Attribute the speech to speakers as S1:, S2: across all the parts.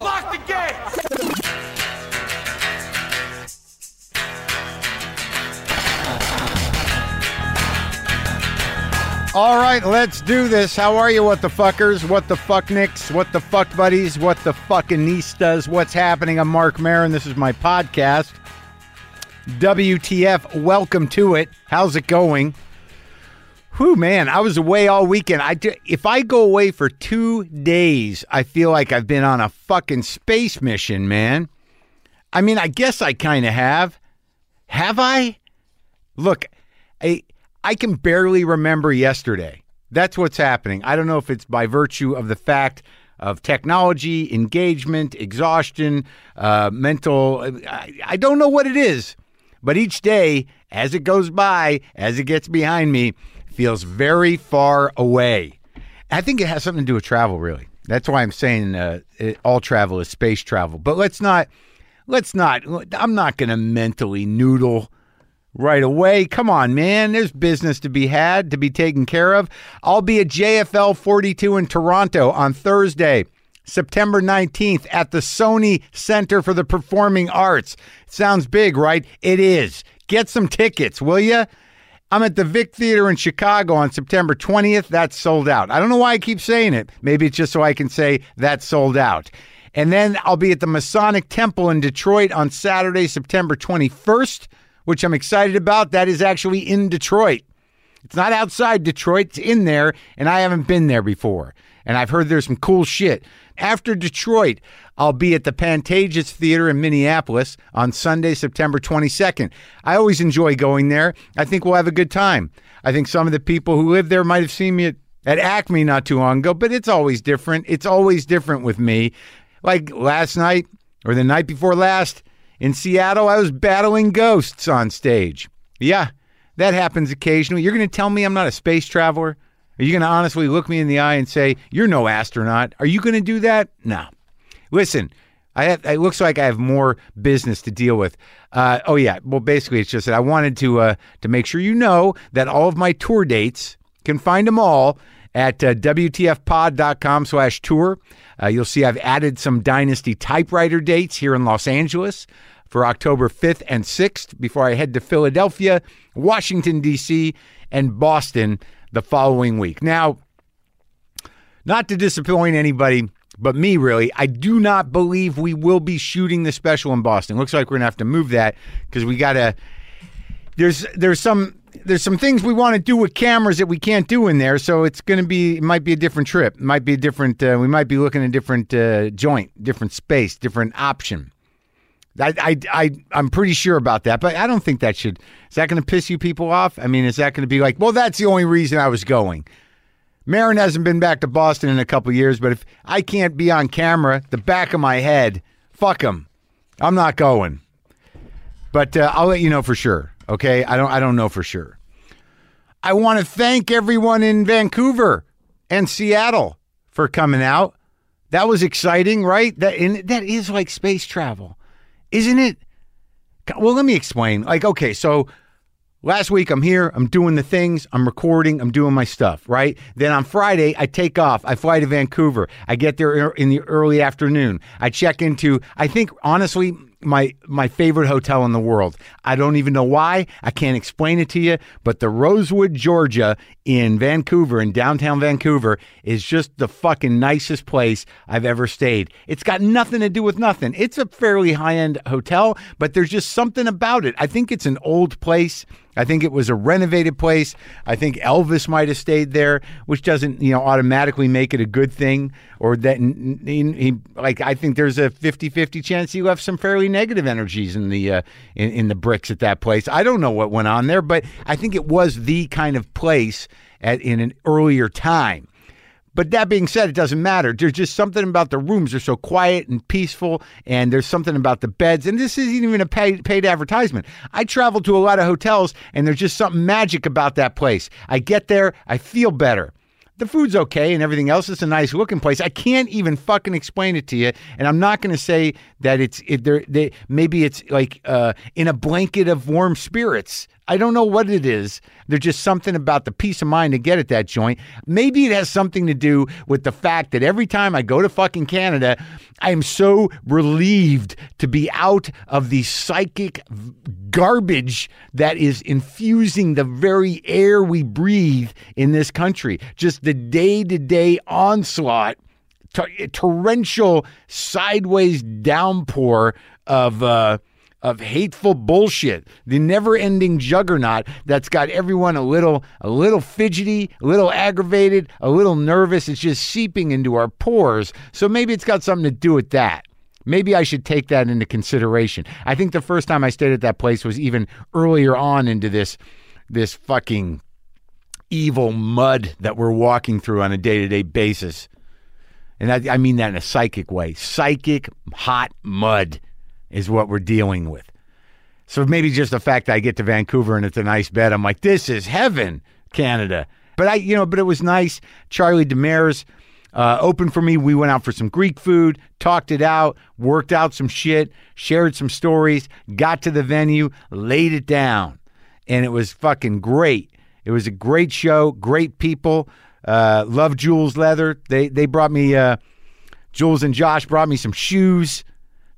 S1: the gate.
S2: All right, let's do this. How are you, what the fuckers? What the fuck nicks? What the fuck buddies? What the fuckinistas? What's happening? I'm Mark Marin. This is my podcast. WTF, welcome to it. How's it going? Whew, man, I was away all weekend. I do, if I go away for two days, I feel like I've been on a fucking space mission, man. I mean, I guess I kind of have. Have I? Look, I I can barely remember yesterday. That's what's happening. I don't know if it's by virtue of the fact of technology, engagement, exhaustion, uh, mental. I, I don't know what it is, but each day, as it goes by, as it gets behind me, feels very far away. I think it has something to do with travel, really. That's why I'm saying uh, it, all travel is space travel. But let's not, let's not. I'm not going to mentally noodle right away. Come on, man. There's business to be had, to be taken care of. I'll be at JFL 42 in Toronto on Thursday. September 19th at the Sony Center for the Performing Arts. Sounds big, right? It is. Get some tickets, will you? I'm at the Vic Theater in Chicago on September 20th. That's sold out. I don't know why I keep saying it. Maybe it's just so I can say that's sold out. And then I'll be at the Masonic Temple in Detroit on Saturday, September 21st, which I'm excited about. That is actually in Detroit. It's not outside Detroit, it's in there, and I haven't been there before. And I've heard there's some cool shit. After Detroit, I'll be at the Pantages Theater in Minneapolis on Sunday, September 22nd. I always enjoy going there. I think we'll have a good time. I think some of the people who live there might have seen me at, at Acme not too long ago, but it's always different. It's always different with me. Like last night or the night before last in Seattle, I was battling ghosts on stage. Yeah, that happens occasionally. You're going to tell me I'm not a space traveler? Are you going to honestly look me in the eye and say, You're no astronaut? Are you going to do that? No. Listen, I have, it looks like I have more business to deal with. Uh, oh, yeah. Well, basically, it's just that I wanted to, uh, to make sure you know that all of my tour dates can find them all at uh, WTFpod.com slash tour. Uh, you'll see I've added some Dynasty typewriter dates here in Los Angeles for October 5th and 6th before I head to Philadelphia, Washington, D.C., and Boston the following week. Now, not to disappoint anybody but me, really, I do not believe we will be shooting the special in Boston. Looks like we're going to have to move that because we got to there's there's some there's some things we want to do with cameras that we can't do in there, so it's going to be it might be a different trip, it might be a different uh, we might be looking at a different uh, joint, different space, different option. I, I I I'm pretty sure about that, but I don't think that should is that going to piss you people off? I mean, is that going to be like, well, that's the only reason I was going? Marin hasn't been back to Boston in a couple years, but if I can't be on camera, the back of my head, fuck him, I'm not going but uh, I'll let you know for sure. Okay, I don't I don't know for sure. I want to thank everyone in Vancouver and Seattle for coming out. That was exciting, right? That and that is like space travel, isn't it? God, Well, let me explain. Like, okay, so last week I'm here, I'm doing the things, I'm recording, I'm doing my stuff, right? Then on Friday, I take off, I fly to Vancouver, I get there ear- in the early afternoon, I check into, I think honestly, my my favorite hotel in the world. I don't even know why. I can't explain it to you, but the Rosewood, Georgia, in Vancouver, in downtown Vancouver, is just the fucking nicest place I've ever stayed. It's got nothing to do with nothing. It's a fairly high end hotel, but there's just something about it. I think it's an old place. I think it was a renovated place. I think Elvis might have stayed there, which doesn't, you know, automatically make it a good thing or that n- n- he like I think there's a 50-50 chance he left some fairly negative energies in the uh, in, in the bricks at that place. I don't know what went on there, but I think it was the kind of place at in an earlier time. But that being said, it doesn't matter. There's just something about the rooms. They're so quiet and peaceful, and there's something about the beds. And this isn't even a paid, paid advertisement. I travel to a lot of hotels, and there's just something magic about that place. I get there, I feel better. The food's okay and everything else. It's a nice looking place. I can't even fucking explain it to you, and I'm not going to say that it's it, there. They, maybe it's like uh, in a blanket of warm spirits. I- I don't know what it is. There's just something about the peace of mind to get at that joint. Maybe it has something to do with the fact that every time I go to fucking Canada, I am so relieved to be out of the psychic v- garbage that is infusing the very air we breathe in this country. Just the day to day onslaught tor- eh, torrential sideways downpour of uh, of hateful bullshit, the never-ending juggernaut that's got everyone a little a little fidgety, a little aggravated, a little nervous. It's just seeping into our pores. So maybe it's got something to do with that. Maybe I should take that into consideration. I think the first time I stayed at that place was even earlier on into this this fucking evil mud that we're walking through on a day-to-day basis. And I, I mean that in a psychic way. Psychic hot mud is what we're dealing with. So maybe just the fact that I get to Vancouver and it's a nice bed, I'm like, this is heaven, Canada. But I, you know, but it was nice. Charlie Demers uh, opened for me. We went out for some Greek food, talked it out, worked out some shit, shared some stories, got to the venue, laid it down, and it was fucking great. It was a great show, great people. Uh, love Jules Leather. They they brought me uh, Jules and Josh brought me some shoes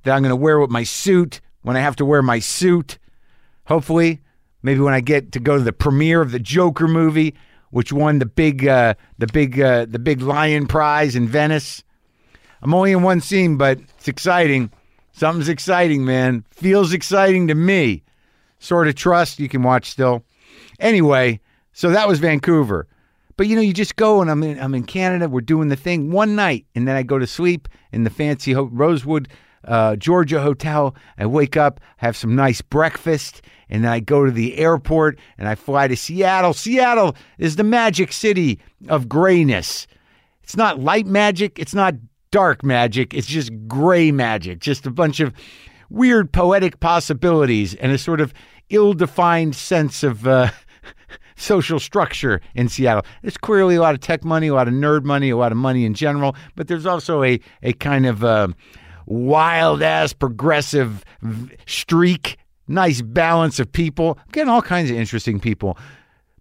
S2: that I'm going to wear with my suit when I have to wear my suit. Hopefully, maybe when I get to go to the premiere of the Joker movie, which won the big uh, the big uh, the big Lion Prize in Venice. I'm only in one scene, but it's exciting. Something's exciting, man. Feels exciting to me. Sort of trust you can watch still. Anyway, so that was Vancouver. But you know, you just go and I'm in I'm in Canada. We're doing the thing one night, and then I go to sleep in the fancy ho- Rosewood, uh, Georgia hotel. I wake up, have some nice breakfast, and then I go to the airport and I fly to Seattle. Seattle is the magic city of grayness. It's not light magic. It's not dark magic. It's just gray magic. Just a bunch of weird poetic possibilities and a sort of ill-defined sense of. Uh, social structure in Seattle. There's clearly a lot of tech money, a lot of nerd money, a lot of money in general, but there's also a, a kind of um wild ass progressive v- streak, nice balance of people. I'm getting all kinds of interesting people.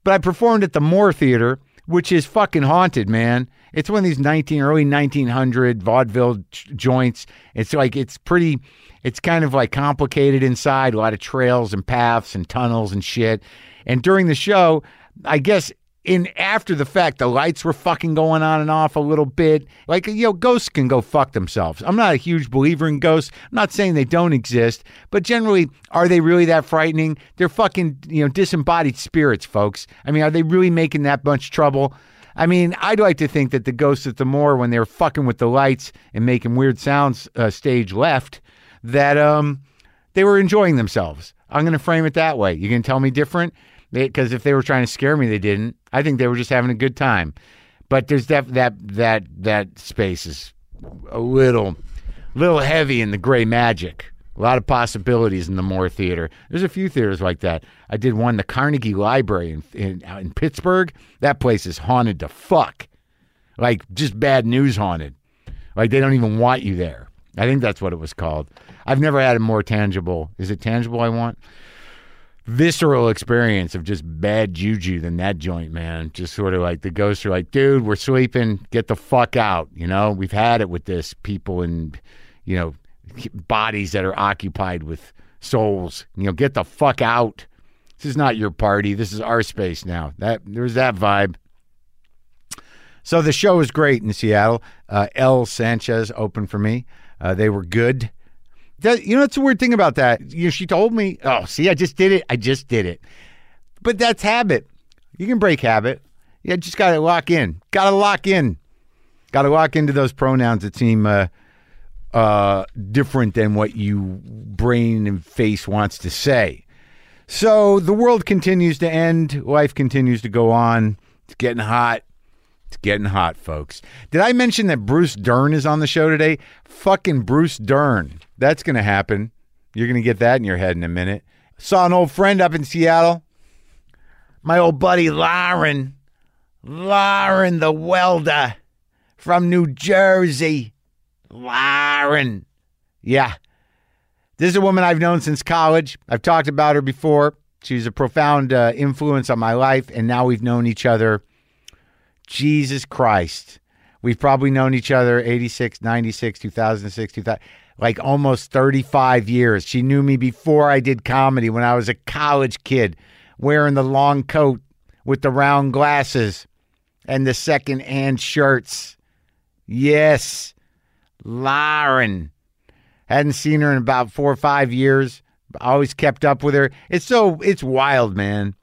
S2: But I performed at the Moore Theater, which is fucking haunted, man. It's one of these 19 early 1900 vaudeville j- joints. It's like it's pretty it's kind of like complicated inside, a lot of trails and paths and tunnels and shit. And during the show, I guess in after the fact, the lights were fucking going on and off a little bit. Like, you know, ghosts can go fuck themselves. I'm not a huge believer in ghosts. I'm not saying they don't exist, but generally, are they really that frightening? They're fucking, you know, disembodied spirits, folks. I mean, are they really making that much trouble? I mean, I'd like to think that the ghosts at the Moore, when they were fucking with the lights and making weird sounds, uh, stage left, that um, they were enjoying themselves. I'm going to frame it that way. You can tell me different because if they were trying to scare me, they didn't. I think they were just having a good time. But there's that that that that space is a little little heavy in the gray magic. A lot of possibilities in the Moore Theater. There's a few theaters like that. I did one, the Carnegie Library in in, out in Pittsburgh. That place is haunted to fuck, like just bad news haunted. Like they don't even want you there. I think that's what it was called. I've never had a more tangible. Is it tangible? I want visceral experience of just bad juju than that joint, man. Just sort of like the ghosts are like, dude, we're sleeping. Get the fuck out. You know, we've had it with this people and, you know, bodies that are occupied with souls. You know, get the fuck out. This is not your party. This is our space now. That there's that vibe. So the show was great in Seattle. Uh, L. Sanchez opened for me. Uh, they were good. That, you know, it's a weird thing about that. You know, she told me, "Oh, see, I just did it. I just did it." But that's habit. You can break habit. You just got to lock in. Got to lock in. Got to lock into those pronouns that seem uh, uh, different than what you brain and face wants to say. So the world continues to end. Life continues to go on. It's getting hot. It's getting hot, folks. Did I mention that Bruce Dern is on the show today? Fucking Bruce Dern. That's going to happen. You're going to get that in your head in a minute. Saw an old friend up in Seattle. My old buddy Lauren. Lauren the welder from New Jersey. Lauren. Yeah. This is a woman I've known since college. I've talked about her before. She was a profound uh, influence on my life, and now we've known each other. Jesus Christ. We've probably known each other 86, 96, 2006, 2000, like almost 35 years. She knew me before I did comedy when I was a college kid, wearing the long coat with the round glasses and the second hand shirts. Yes, Lauren. Hadn't seen her in about four or five years. Always kept up with her. It's so, it's wild, man.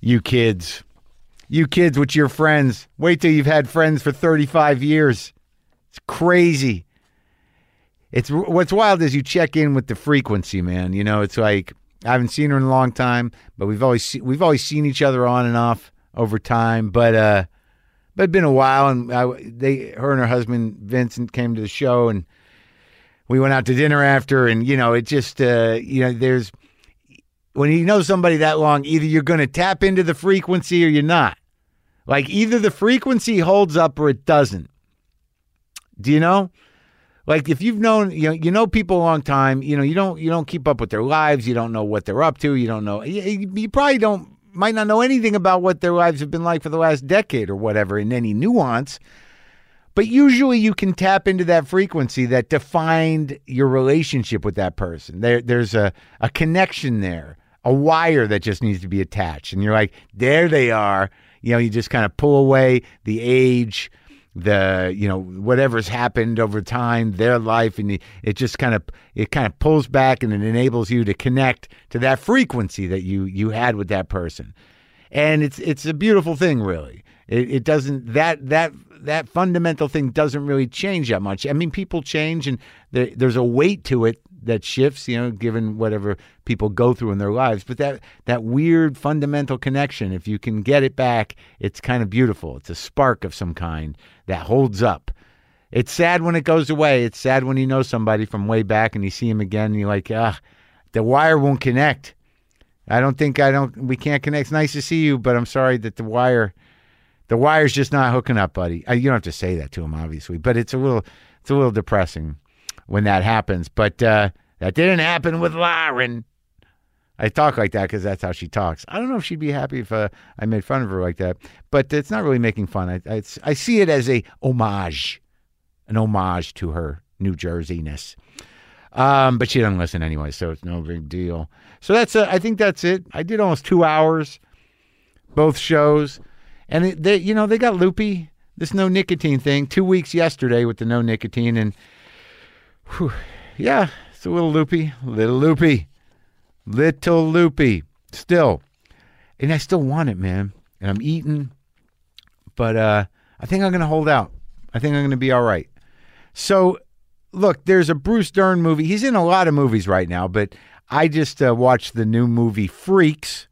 S2: You kids you kids with your friends. Wait till you've had friends for 35 years. It's crazy. It's what's wild is you check in with the frequency, man. You know, it's like I haven't seen her in a long time, but we've always se- we've always seen each other on and off over time. But uh, but it's been a while, and I, they, her and her husband Vincent came to the show, and we went out to dinner after, and you know, it just uh, you know, there's when you know somebody that long, either you're going to tap into the frequency or you're not. Like either the frequency holds up or it doesn't. Do you know? Like if you've known you know, you know people a long time, you know you don't you don't keep up with their lives, you don't know what they're up to, you don't know you, you probably don't might not know anything about what their lives have been like for the last decade or whatever in any nuance. But usually you can tap into that frequency that defined your relationship with that person. There, there's a, a connection there, a wire that just needs to be attached. And you're like, there they are. You know, you just kind of pull away the age, the, you know, whatever's happened over time, their life, and you- it just kind of it kind of pulls back and it enables you to connect to that frequency that you you had with that person and it's it's a beautiful thing really it, it doesn't that that that fundamental thing doesn't really change that much i mean people change and there, there's a weight to it that shifts you know given whatever people go through in their lives but that that weird fundamental connection if you can get it back it's kind of beautiful it's a spark of some kind that holds up it's sad when it goes away it's sad when you know somebody from way back and you see him again and you're like ah the wire won't connect I don't think I don't. We can't connect. It's nice to see you, but I'm sorry that the wire, the wire's just not hooking up, buddy. Uh, You don't have to say that to him, obviously, but it's a little, it's a little depressing when that happens. But uh, that didn't happen with Lauren. I talk like that because that's how she talks. I don't know if she'd be happy if uh, I made fun of her like that, but it's not really making fun. I, I, it's, I see it as a homage, an homage to her New Jerseyness. Um, but she doesn't listen anyway, so it's no big deal. So that's uh, I think that's it. I did almost two hours, both shows, and it, they you know they got loopy. This no nicotine thing. Two weeks yesterday with the no nicotine, and whew, yeah, it's a little loopy, little loopy, little loopy. Still, and I still want it, man. And I'm eating, but uh, I think I'm gonna hold out. I think I'm gonna be all right. So look, there's a Bruce Dern movie. He's in a lot of movies right now, but I just uh, watched the new movie Freaks.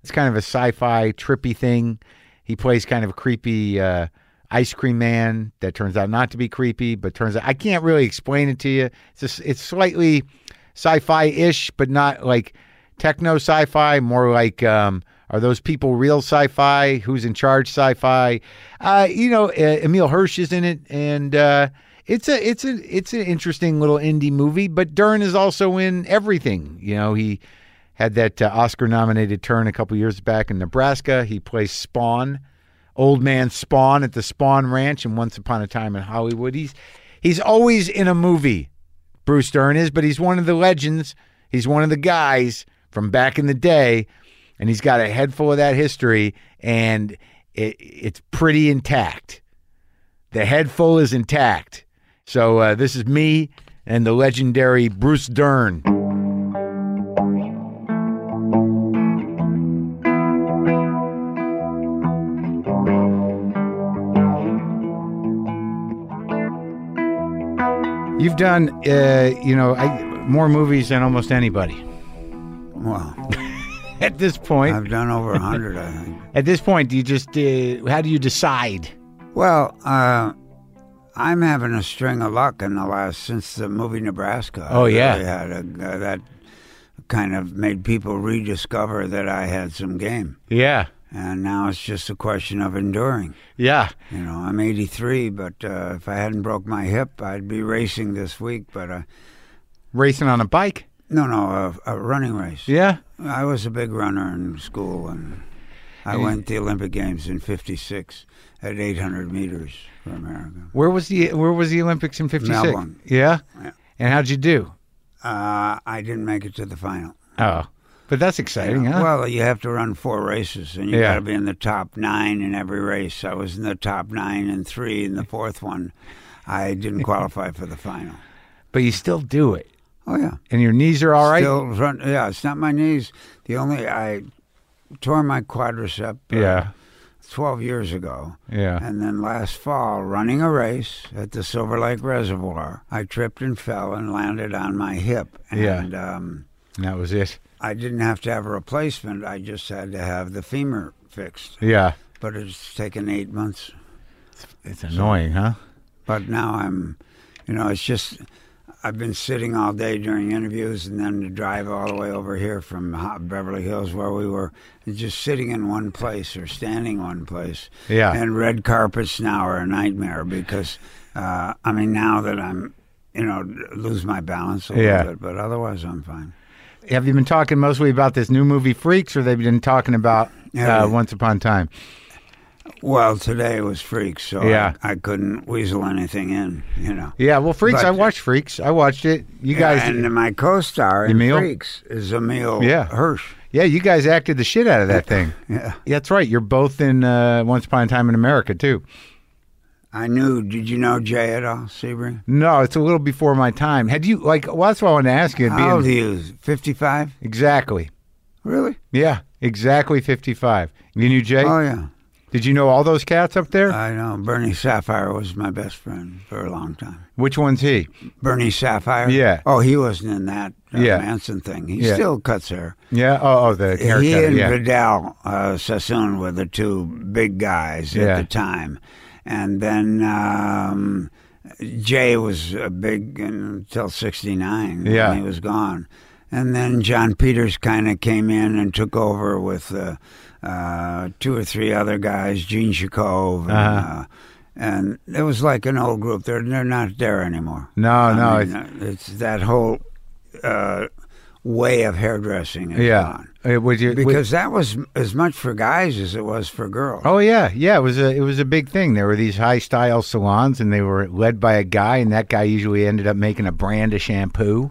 S2: It's kind of a sci-fi trippy thing. He plays kind of a creepy uh, ice cream man that turns out not to be creepy, but turns out I can't really explain it to you. It's just, it's slightly sci-fi-ish, but not like techno sci-fi. More like um, are those people real sci-fi? Who's in charge sci-fi? Uh, you know, uh, Emil Hirsch is in it, and uh, it's a it's a it's an interesting little indie movie. But Dern is also in everything. You know, he had that uh, Oscar-nominated turn a couple years back in Nebraska. He plays Spawn, old man Spawn at the Spawn Ranch, and Once Upon a Time in Hollywood. He's he's always in a movie. Bruce Dern is, but he's one of the legends. He's one of the guys from back in the day, and he's got a head full of that history, and it, it's pretty intact. The head full is intact. So uh, this is me and the legendary Bruce Dern. You've done, uh, you know, I, more movies than almost anybody
S1: Well,
S2: at this point.
S1: I've done over a hundred, I think.
S2: At this point, do you just uh, how do you decide?
S1: Well, uh, I'm having a string of luck in the last since the movie Nebraska. I
S2: Oh, yeah.
S1: really had a, uh, that kind of made people rediscover that I had some game,
S2: Yeah,
S1: and now it's just a question of enduring.
S2: yeah,
S1: You know, I'm 83, but uh, if I hadn't broke my hip, I'd be racing this week. But uh,
S2: racing on a bike.
S1: No, no, a, a running race.
S2: Yeah.
S1: I was a big runner in school, and I
S2: And-
S1: went to the Olympic Games in '56 at 800 meters for America.
S2: Where was the Where was the Olympics in '56?
S1: Melbourne.
S2: Yeah?
S1: Yeah.
S2: And how'd you do?
S1: Uh, I didn't make it to the final.
S2: Oh, but that's exciting, huh?
S1: Well, you have to run four races, and you
S2: Yeah.
S1: got to be in the top nine in every race. I was in the top nine and three in the fourth one. I didn't qualify for the final.
S2: but you still do it,
S1: Oh yeah,
S2: and your knees are all right.
S1: Still run, yeah, it's not my knees. The only I tore my quadricep. uh,
S2: yeah.
S1: 12 years ago.
S2: Yeah.
S1: And then last fall, running a race at the Silver Lake Reservoir, I tripped and fell and landed on my hip.
S2: Yeah.
S1: And um,
S2: And that was it.
S1: I didn't have to have a replacement. I just had to have the femur fixed.
S2: Yeah.
S1: But it's taken eight months.
S2: It's annoying, huh?
S1: But now I'm, you know, it's just, I've been sitting all day during interviews and then to drive all the way over here from Ho- Beverly Hills where we were, and just sitting in one place or standing one place.
S2: Yeah.
S1: And red carpets now are a nightmare because, uh, I mean, now that I'm, you know, lose my balance a little
S2: Yeah.
S1: bit, but otherwise I'm fine.
S2: Have you been talking mostly about this new movie Freaks, or they've been talking about
S1: Yeah.
S2: uh, Once Upon a Time?
S1: Well, today was freaks, so
S2: Yeah.
S1: I, I couldn't weasel anything in, you know.
S2: Yeah. Well, Freaks.
S1: But-
S2: I watched Freaks. I watched it. You guys.
S1: and my co-star in
S2: Emil?
S1: Freaks is Emil
S2: Yeah.
S1: Hirsch.
S2: yeah, you guys acted the shit out of that thing.
S1: Yeah.
S2: Yeah, that's right. You're both in uh, Once Upon a Time in America too.
S1: I knew. Did you know Jay at all, Sebring?
S2: No, it's a little before my time. Had you like? Well, that's what I wanted to ask you.
S1: How old are
S2: being-
S1: you? Fifty-five?
S2: exactly.
S1: Really?
S2: Yeah, exactly. Fifty-five. You knew Jay.
S1: Oh yeah.
S2: Did you know all those cats up there?
S1: I know. Bernie Sapphire was my best friend for a long time.
S2: Which one's he?
S1: Bernie Sapphire.
S2: Yeah.
S1: Oh, he wasn't in that uh,
S2: Yeah.
S1: Manson thing. He
S2: Yeah.
S1: still cuts hair.
S2: Yeah. Oh, oh the
S1: he
S2: haircut.
S1: and
S2: Yeah.
S1: Vidal uh, Sassoon were the two big guys
S2: Yeah.
S1: at the time, and then um, Jay was uh, big until '69.
S2: Yeah.
S1: he was gone, and then John Peters kind of came in and took over with uh, uh, two or three other guys, Gene Shikov, and,
S2: Uh-huh.
S1: uh, and it was like an old group. They're they're not there anymore.
S2: No,
S1: I
S2: Oh, no.
S1: mean,
S2: it's-
S1: uh, it's that whole. Uh, way of hairdressing is
S2: yeah.
S1: gone
S2: Uh, would you? would-
S1: because that was m- as much for guys as it was for girls.
S2: Oh yeah, yeah. It was a it was a big thing. There were these high style salons, and they were led by a guy, and that guy usually ended up making a brand of shampoo,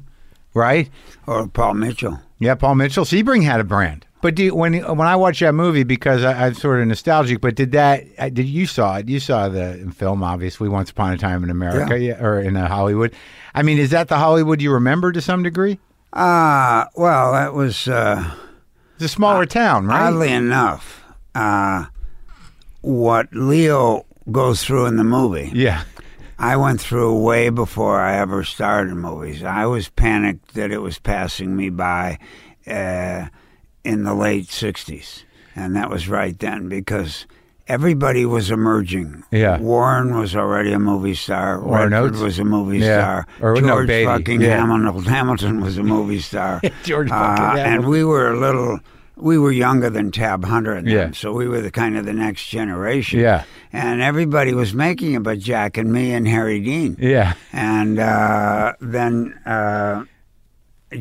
S2: right?
S1: Or Paul Mitchell.
S2: Yeah, Paul Mitchell Sebring had a brand. But do you, when when I watched that movie, because I, I'm sort of nostalgic. But did that? I- Did you saw it? You saw the film, obviously. Once upon a time in America, yeah, or in uh, Hollywood. I mean, is that the Hollywood you remember to some degree?
S1: Uh, well, that was uh,
S2: It's a smaller town, right?
S1: oddly enough uh, what Leo goes through in the movie.
S2: yeah,
S1: I went through way before I ever starred in movies. I was panicked that it was passing me by uh, in the late 60s. And that was right then because everybody was emerging.
S2: Yeah.
S1: Warren was already a movie star.
S2: Warren
S1: Redford
S2: Oates.
S1: was a movie
S2: Yeah.
S1: star.
S2: Or, no,
S1: George
S2: Beatty.
S1: fucking
S2: Yeah.
S1: Hamilton, Hamilton was a movie star.
S2: George
S1: Uh,
S2: fucking Hamilton.
S1: and we were a little, we were younger than Tab Hunter and them,
S2: Yeah.
S1: so we were the kind of the next generation.
S2: Yeah.
S1: And everybody was making it but Jack and me and Harry Dean.
S2: yeah,
S1: And uh, then uh,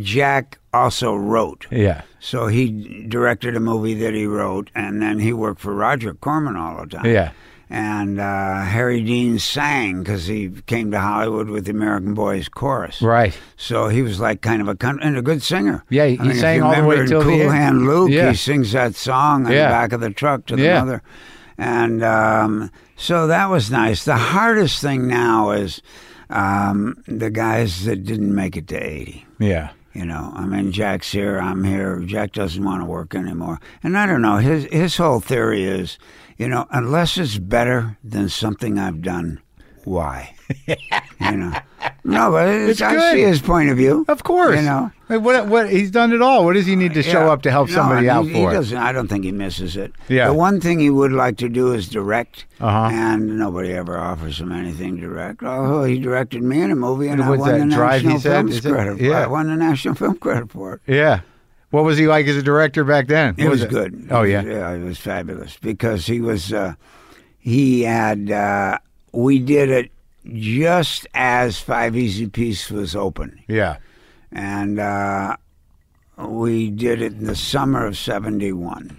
S1: Jack also wrote.
S2: yeah.
S1: So he directed a movie that he wrote, and then he worked for Roger Corman all the time.
S2: Yeah.
S1: And uh, Harry Dean sang because he came to Hollywood with the American Boys Chorus.
S2: Right.
S1: So he was like kind of a country, and a good singer.
S2: Yeah,
S1: I
S2: he-
S1: mean,
S2: he
S1: if
S2: sang
S1: you
S2: all the way
S1: remember in
S2: till the
S1: Cool
S2: end.
S1: Hand Luke.
S2: Yeah.
S1: He sings that song on
S2: Yeah.
S1: the back of the truck to the
S2: Yeah.
S1: mother, and um, so that was nice. The hardest thing now is um, the guys that didn't make it to eighty.
S2: Yeah.
S1: You know, I mean, Jack's here, I'm here. Jack doesn't want to work anymore, and I don't know. His his whole theory is, you know, unless it's better than something I've done, why? you know, no, but it's,
S2: It's
S1: I
S2: good.
S1: see his point of view.
S2: Of course.
S1: you know.
S2: Hey, what what he's done it all. What does he need to show
S1: Yeah.
S2: up to help
S1: No,
S2: somebody
S1: and
S2: out
S1: he,
S2: for?
S1: He doesn't. I don't think he misses it.
S2: Yeah.
S1: The one thing he would like to do is direct,
S2: Uh-huh.
S1: and nobody ever offers him anything direct. Oh, he directed me in a movie, and
S2: And
S1: I
S2: what's
S1: won
S2: that,
S1: the
S2: Drive, he
S1: national
S2: said?
S1: film
S2: Is it-
S1: credit.
S2: yeah.
S1: I won the national film credit for it.
S2: Yeah. What was he like as a director back then?
S1: It
S2: What
S1: was, good.
S2: Oh
S1: It
S2: yeah.
S1: was- yeah, it was fabulous because he was uh, he had uh, we did it just as Five Easy Piece was open.
S2: Yeah.
S1: and uh, we did it in the summer of '71.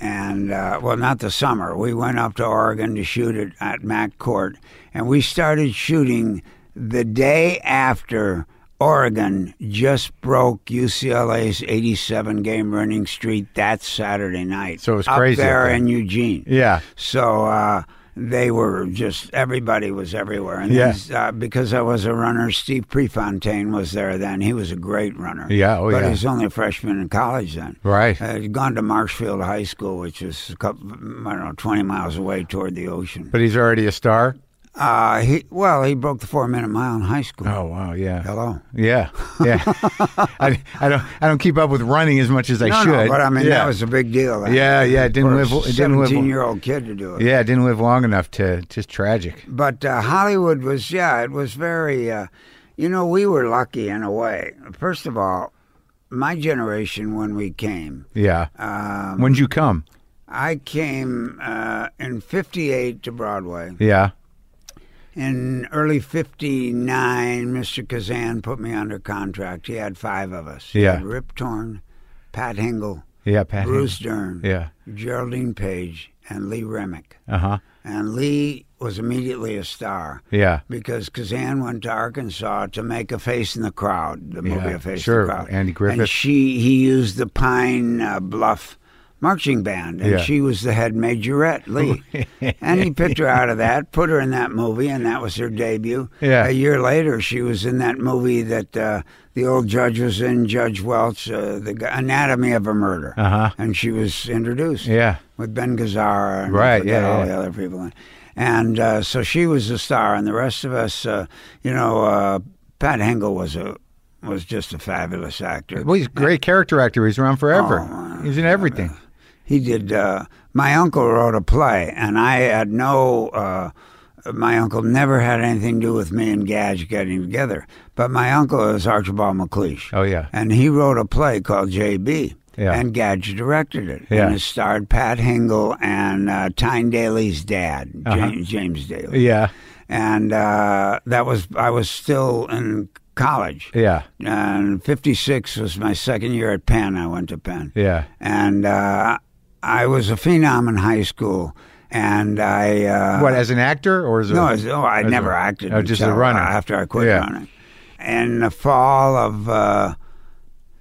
S1: And uh, well, not the summer. We went up to Oregon to shoot it at Mac Court, and we started shooting the day after Oregon just broke UCLA's 87 game running streak that Saturday night.
S2: So it was
S1: up
S2: crazy up
S1: there
S2: there.
S1: in Eugene.
S2: Yeah.
S1: So uh, they were just everybody was everywhere, and
S2: Yeah.
S1: then, uh, because I was a runner, Steve Prefontaine was there then. He was a great runner.
S2: Yeah, oh,
S1: but
S2: yeah.
S1: he was only a freshman in college then.
S2: Right.
S1: Uh, he'd gone to Marshfield High School, which is a couple, I don't know, twenty miles away toward the ocean.
S2: But he's already a star.
S1: Uh, he well, he broke the four minute mile in high school.
S2: Oh wow, yeah.
S1: Hello.
S2: Yeah. Yeah. I, I don't I don't keep up with running as much as I
S1: no,
S2: should.
S1: no, but I mean
S2: yeah.
S1: that was a big deal. then.
S2: Yeah, yeah, it didn't
S1: For a
S2: live it didn't live
S1: year old kid to do it.
S2: Yeah, it didn't live long enough to just tragic.
S1: But uh, Hollywood was, yeah, it was very, uh, you know, we were lucky in a way. First of all, my generation when we came,
S2: Yeah.
S1: um,
S2: When'd you come?
S1: I came uh, in '58 to Broadway.
S2: Yeah.
S1: In early '59, Mr. Kazan put me under contract. He had five of us. He
S2: Yeah.
S1: had Rip Torn, Pat Hingle,
S2: Yeah, Pat.
S1: Bruce Dern,
S2: Yeah.
S1: Geraldine Page, and Lee Remick.
S2: Uh huh.
S1: And Lee was immediately a star.
S2: Yeah.
S1: because Kazan went to Arkansas to make a face in the crowd, the movie
S2: Yeah,
S1: A Face
S2: sure,
S1: in the Crowd.
S2: Andy Griffith.
S1: And she he used the Pine uh, Bluff marching band, and
S2: Yeah.
S1: she was the head majorette, Lee. and he picked her out of that, put her in that movie, and that was her debut.
S2: Yeah.
S1: A year later, she was in that movie that uh, the old judge was in, Judge Welch, uh, the g- Anatomy of a Murder.
S2: Uh huh.
S1: And she was introduced
S2: Yeah.
S1: with Ben Gazzara and I
S2: Right,
S1: forget
S2: yeah,
S1: all
S2: yeah.
S1: the other people. And uh, so she was a star, and the rest of us, uh, you know, uh, Pat Hengel was a was just a fabulous actor.
S2: Well, he's a great character actor. He's around forever.
S1: Oh,
S2: he's in everything.
S1: He did. Uh, my uncle wrote a play, and I had no. Uh, my uncle never had anything to do with me and Gadge getting together. But my uncle is Archibald MacLeish.
S2: Oh yeah.
S1: And he wrote a play called J.B.
S2: Yeah.
S1: And Gadge directed it.
S2: Yeah.
S1: And it starred Pat Hingle and uh, Tyne Daly's dad,
S2: Uh-huh.
S1: James, James Daly.
S2: Yeah.
S1: And uh, that was, I was still in college.
S2: Yeah.
S1: And 56 was my second year at Penn. I went to Penn.
S2: Yeah.
S1: And uh, I was a phenom in high school. And I. Uh,
S2: what as an actor or as a
S1: no, as, oh, I
S2: as
S1: never
S2: a-
S1: acted.
S2: oh, just a
S1: until
S2: runner.
S1: After I quit
S2: Yeah.
S1: running. In the fall of uh,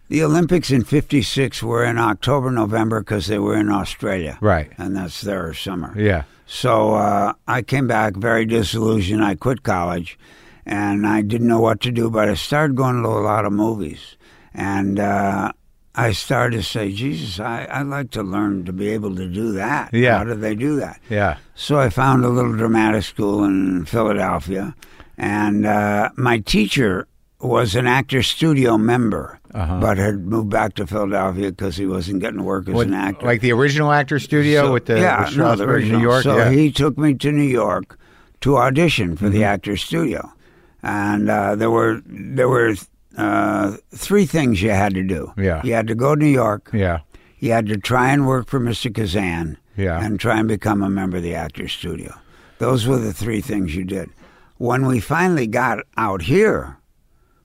S1: the Olympics in 56 were in October, November because they were in Australia.
S2: right?
S1: And that's their summer.
S2: Yeah.
S1: So uh, I came back very disillusioned. I quit college and I didn't know what to do, but I started going to a lot of movies. And uh, I started to say, Jesus, I, I'd like to learn to be able to do that.
S2: Yeah.
S1: How do they do that?
S2: Yeah.
S1: So I found a little dramatic school in Philadelphia, and uh, my teacher was an actor studio member,
S2: Uh-huh.
S1: but had moved back to Philadelphia because he wasn't getting work as
S2: What-
S1: an actor.
S2: Like the original actor studio
S1: So-
S2: with the
S1: yeah,
S2: with
S1: no, the
S2: Strasberg in
S1: original.
S2: New York.
S1: So
S2: yeah. Mm-hmm.
S1: he took me to New York to audition for the actor studio, and uh, there were there were uh, three things you had to do.
S2: Yeah.
S1: you had to go to New York.
S2: yeah.
S1: You had to try and work for Mr. Kazan
S2: Yeah.
S1: and try and become a member of the Actors Studio. Those were the three things you did. When we finally got out here,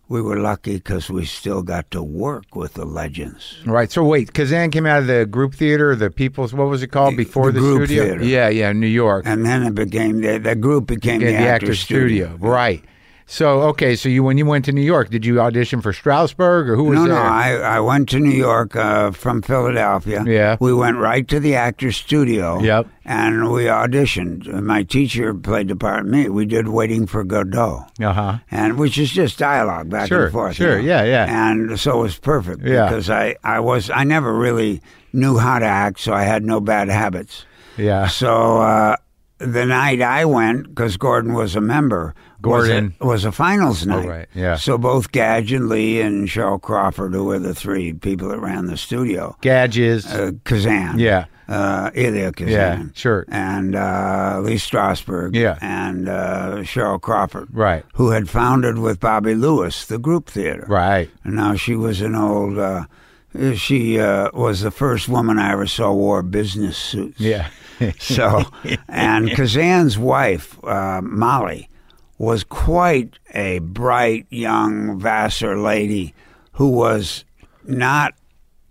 S1: we were lucky because we still got to work with the legends.
S2: Right. So wait, Kazan came out of the group theater, the people's what was it called before
S1: the
S2: the,
S1: group
S2: studio?
S1: theater.
S2: Yeah, yeah, New York.
S1: And then it became, the, the group became
S2: Yeah,
S1: the,
S2: the
S1: Actors
S2: actor studio. Right. So okay, so you when you went to New York, did you audition for Strasberg or who was
S1: No,
S2: there?
S1: no, I, I went to New York uh, from Philadelphia.
S2: Yeah.
S1: We went right to the Actors Studio.
S2: Yep.
S1: And we auditioned. My teacher played the part of me. We did Waiting for Godot.
S2: Uh huh.
S1: and which is just dialogue back
S2: Sure,
S1: and forth.
S2: sure,
S1: you know.
S2: yeah, yeah.
S1: And so it was perfect
S2: Yeah.
S1: because I, I was I never really knew how to act, so I had no bad habits.
S2: Yeah.
S1: So uh, the night I went, because Gordon was a member,
S2: Gordon. Oh,
S1: was a, was a finals night.
S2: right, yeah.
S1: So both Gadge and Lee and Cheryl Crawford, who were the three people that ran the studio,
S2: Gadges.
S1: uh, Kazan,
S2: yeah.
S1: uh, Ilya Kazan,
S2: Yeah. Sure.
S1: and uh, Lee Strasberg,
S2: Yeah.
S1: and uh, Cheryl Crawford,
S2: Right.
S1: who had founded with Bobby Lewis the group theater.
S2: Right.
S1: And now she was an old. Uh, she uh, was the first woman I ever saw wore business suits.
S2: Yeah.
S1: So, and Kazan's wife, uh, Molly, was quite a bright young Vassar lady who was not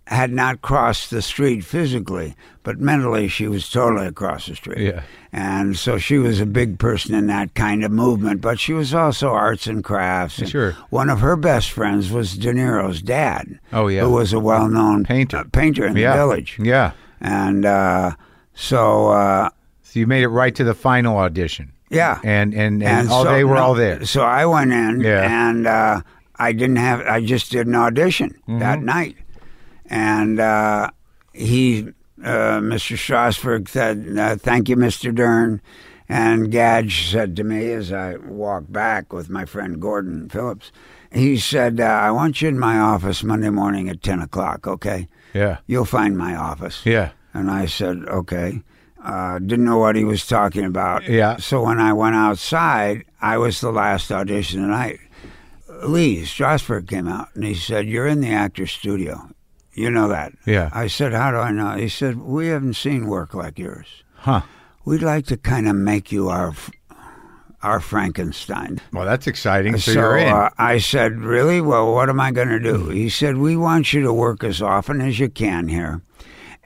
S1: had not crossed the street physically, but mentally she was totally across the street.
S2: Yeah.
S1: And so she was a big person in that kind of movement, but she was also arts and crafts. And
S2: Sure.
S1: One of her best friends was De Niro's dad.
S2: Oh, yeah.
S1: Who was a well known
S2: Painter.
S1: painter in
S2: yeah.
S1: the village.
S2: Yeah.
S1: And uh, so uh,
S2: So you made it right to the final audition.
S1: yeah.
S2: And and, and, all they were
S1: no,
S2: all there.
S1: So I went in,
S2: Yeah.
S1: and uh, I didn't have. I just did an audition
S2: Mm-hmm.
S1: that night, and uh, he, uh, Mr. Strasberg, said, uh, "Thank you, Mr. Dern." And Gadge said to me as I walked back with my friend Gordon Phillips, he said, uh, "I want you in my office Monday morning at ten o'clock. Okay,
S2: Yeah.
S1: you'll find my office."
S2: Yeah.
S1: And I said, okay. Uh, didn't know what he was talking about.
S2: Yeah.
S1: So when I went outside, I was the last audition of the night. Lee Strasberg came out and he said, You're in the actor's studio. You know that.
S2: Yeah.
S1: I said, How do I know? He said, We haven't seen work like yours.
S2: Huh.
S1: We'd like to kind of make you our f- our Frankenstein.
S2: Well, that's exciting. So, you're in.
S1: Uh, I said, Really? Well, what am I going to do? He said, We want you to work as often as you can here.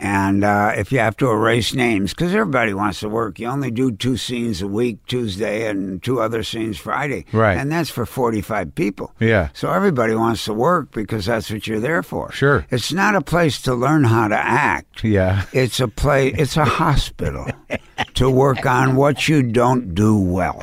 S1: And uh, if you have to erase names, because everybody wants to work, you only do two scenes a week, Tuesday, and two other scenes Friday.
S2: Right.
S1: And that's for 45 people.
S2: yeah.
S1: So everybody wants to work because that's what you're there for.
S2: Sure.
S1: It's not a place to learn how to act.
S2: Yeah.
S1: It's a place, it's a hospital to work on what you don't do well.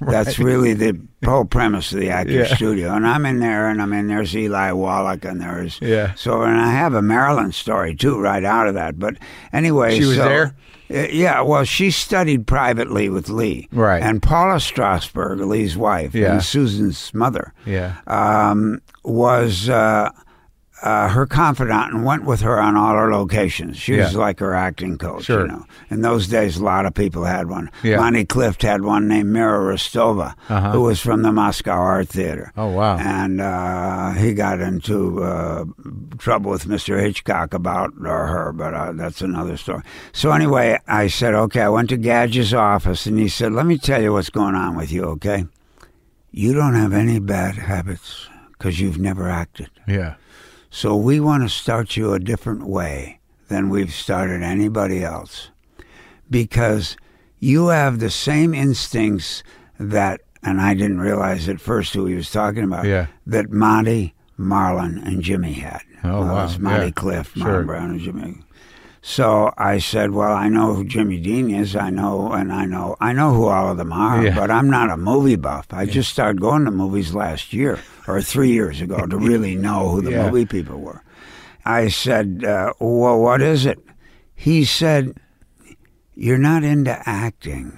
S1: That's really the whole premise of the Actors
S2: Yeah.
S1: Studio. And I'm in there, and I mean, there's Eli Wallach, and there's.
S2: Yeah.
S1: So, and I have a Maryland story too, right out of that. But anyway.
S2: She was
S1: so-
S2: there?
S1: Uh, Yeah, well, she studied privately with Lee.
S2: Right.
S1: And Paula Strasberg, Lee's wife,
S2: Yeah.
S1: and Susan's mother
S2: Yeah.
S1: um, was uh, uh, her confidant and went with her on all her locations. She was
S2: Yeah.
S1: like her acting coach,
S2: Sure.
S1: you know. In those days, a lot of people had one.
S2: Yeah.
S1: Monty Clift had one named Mira Rostova,
S2: Uh-huh.
S1: who was from the Moscow Art Theater.
S2: Oh, wow.
S1: And uh, he got into uh, trouble with Mr. Hitchcock about uh, her, but uh, that's another story. So, anyway, I said, okay, I went to Gadge's office, and he said, let me tell you what's going on with you, okay? You don't have any bad habits because you've never acted.
S2: Yeah.
S1: So we want to start you a different way than we've started anybody else because you have the same instincts that, and I didn't realize at first who he was talking about,
S2: Yeah.
S1: that Monty, Marlon, and Jimmy had.
S2: Oh,
S1: Well,
S2: wow.
S1: It's Monty
S2: Yeah.
S1: Cliff, Marlon
S2: Sure.
S1: Brown, and Jimmy. So I said, "Well, I know who Jimmy Dean is. I know, and I know, I know who all of them are.
S2: Yeah.
S1: But I'm not a movie buff. I just started going to movies last year or three years ago to really know who the
S2: Yeah.
S1: movie people were." I said, uh, "Well, what is it?" He said, "You're not into acting.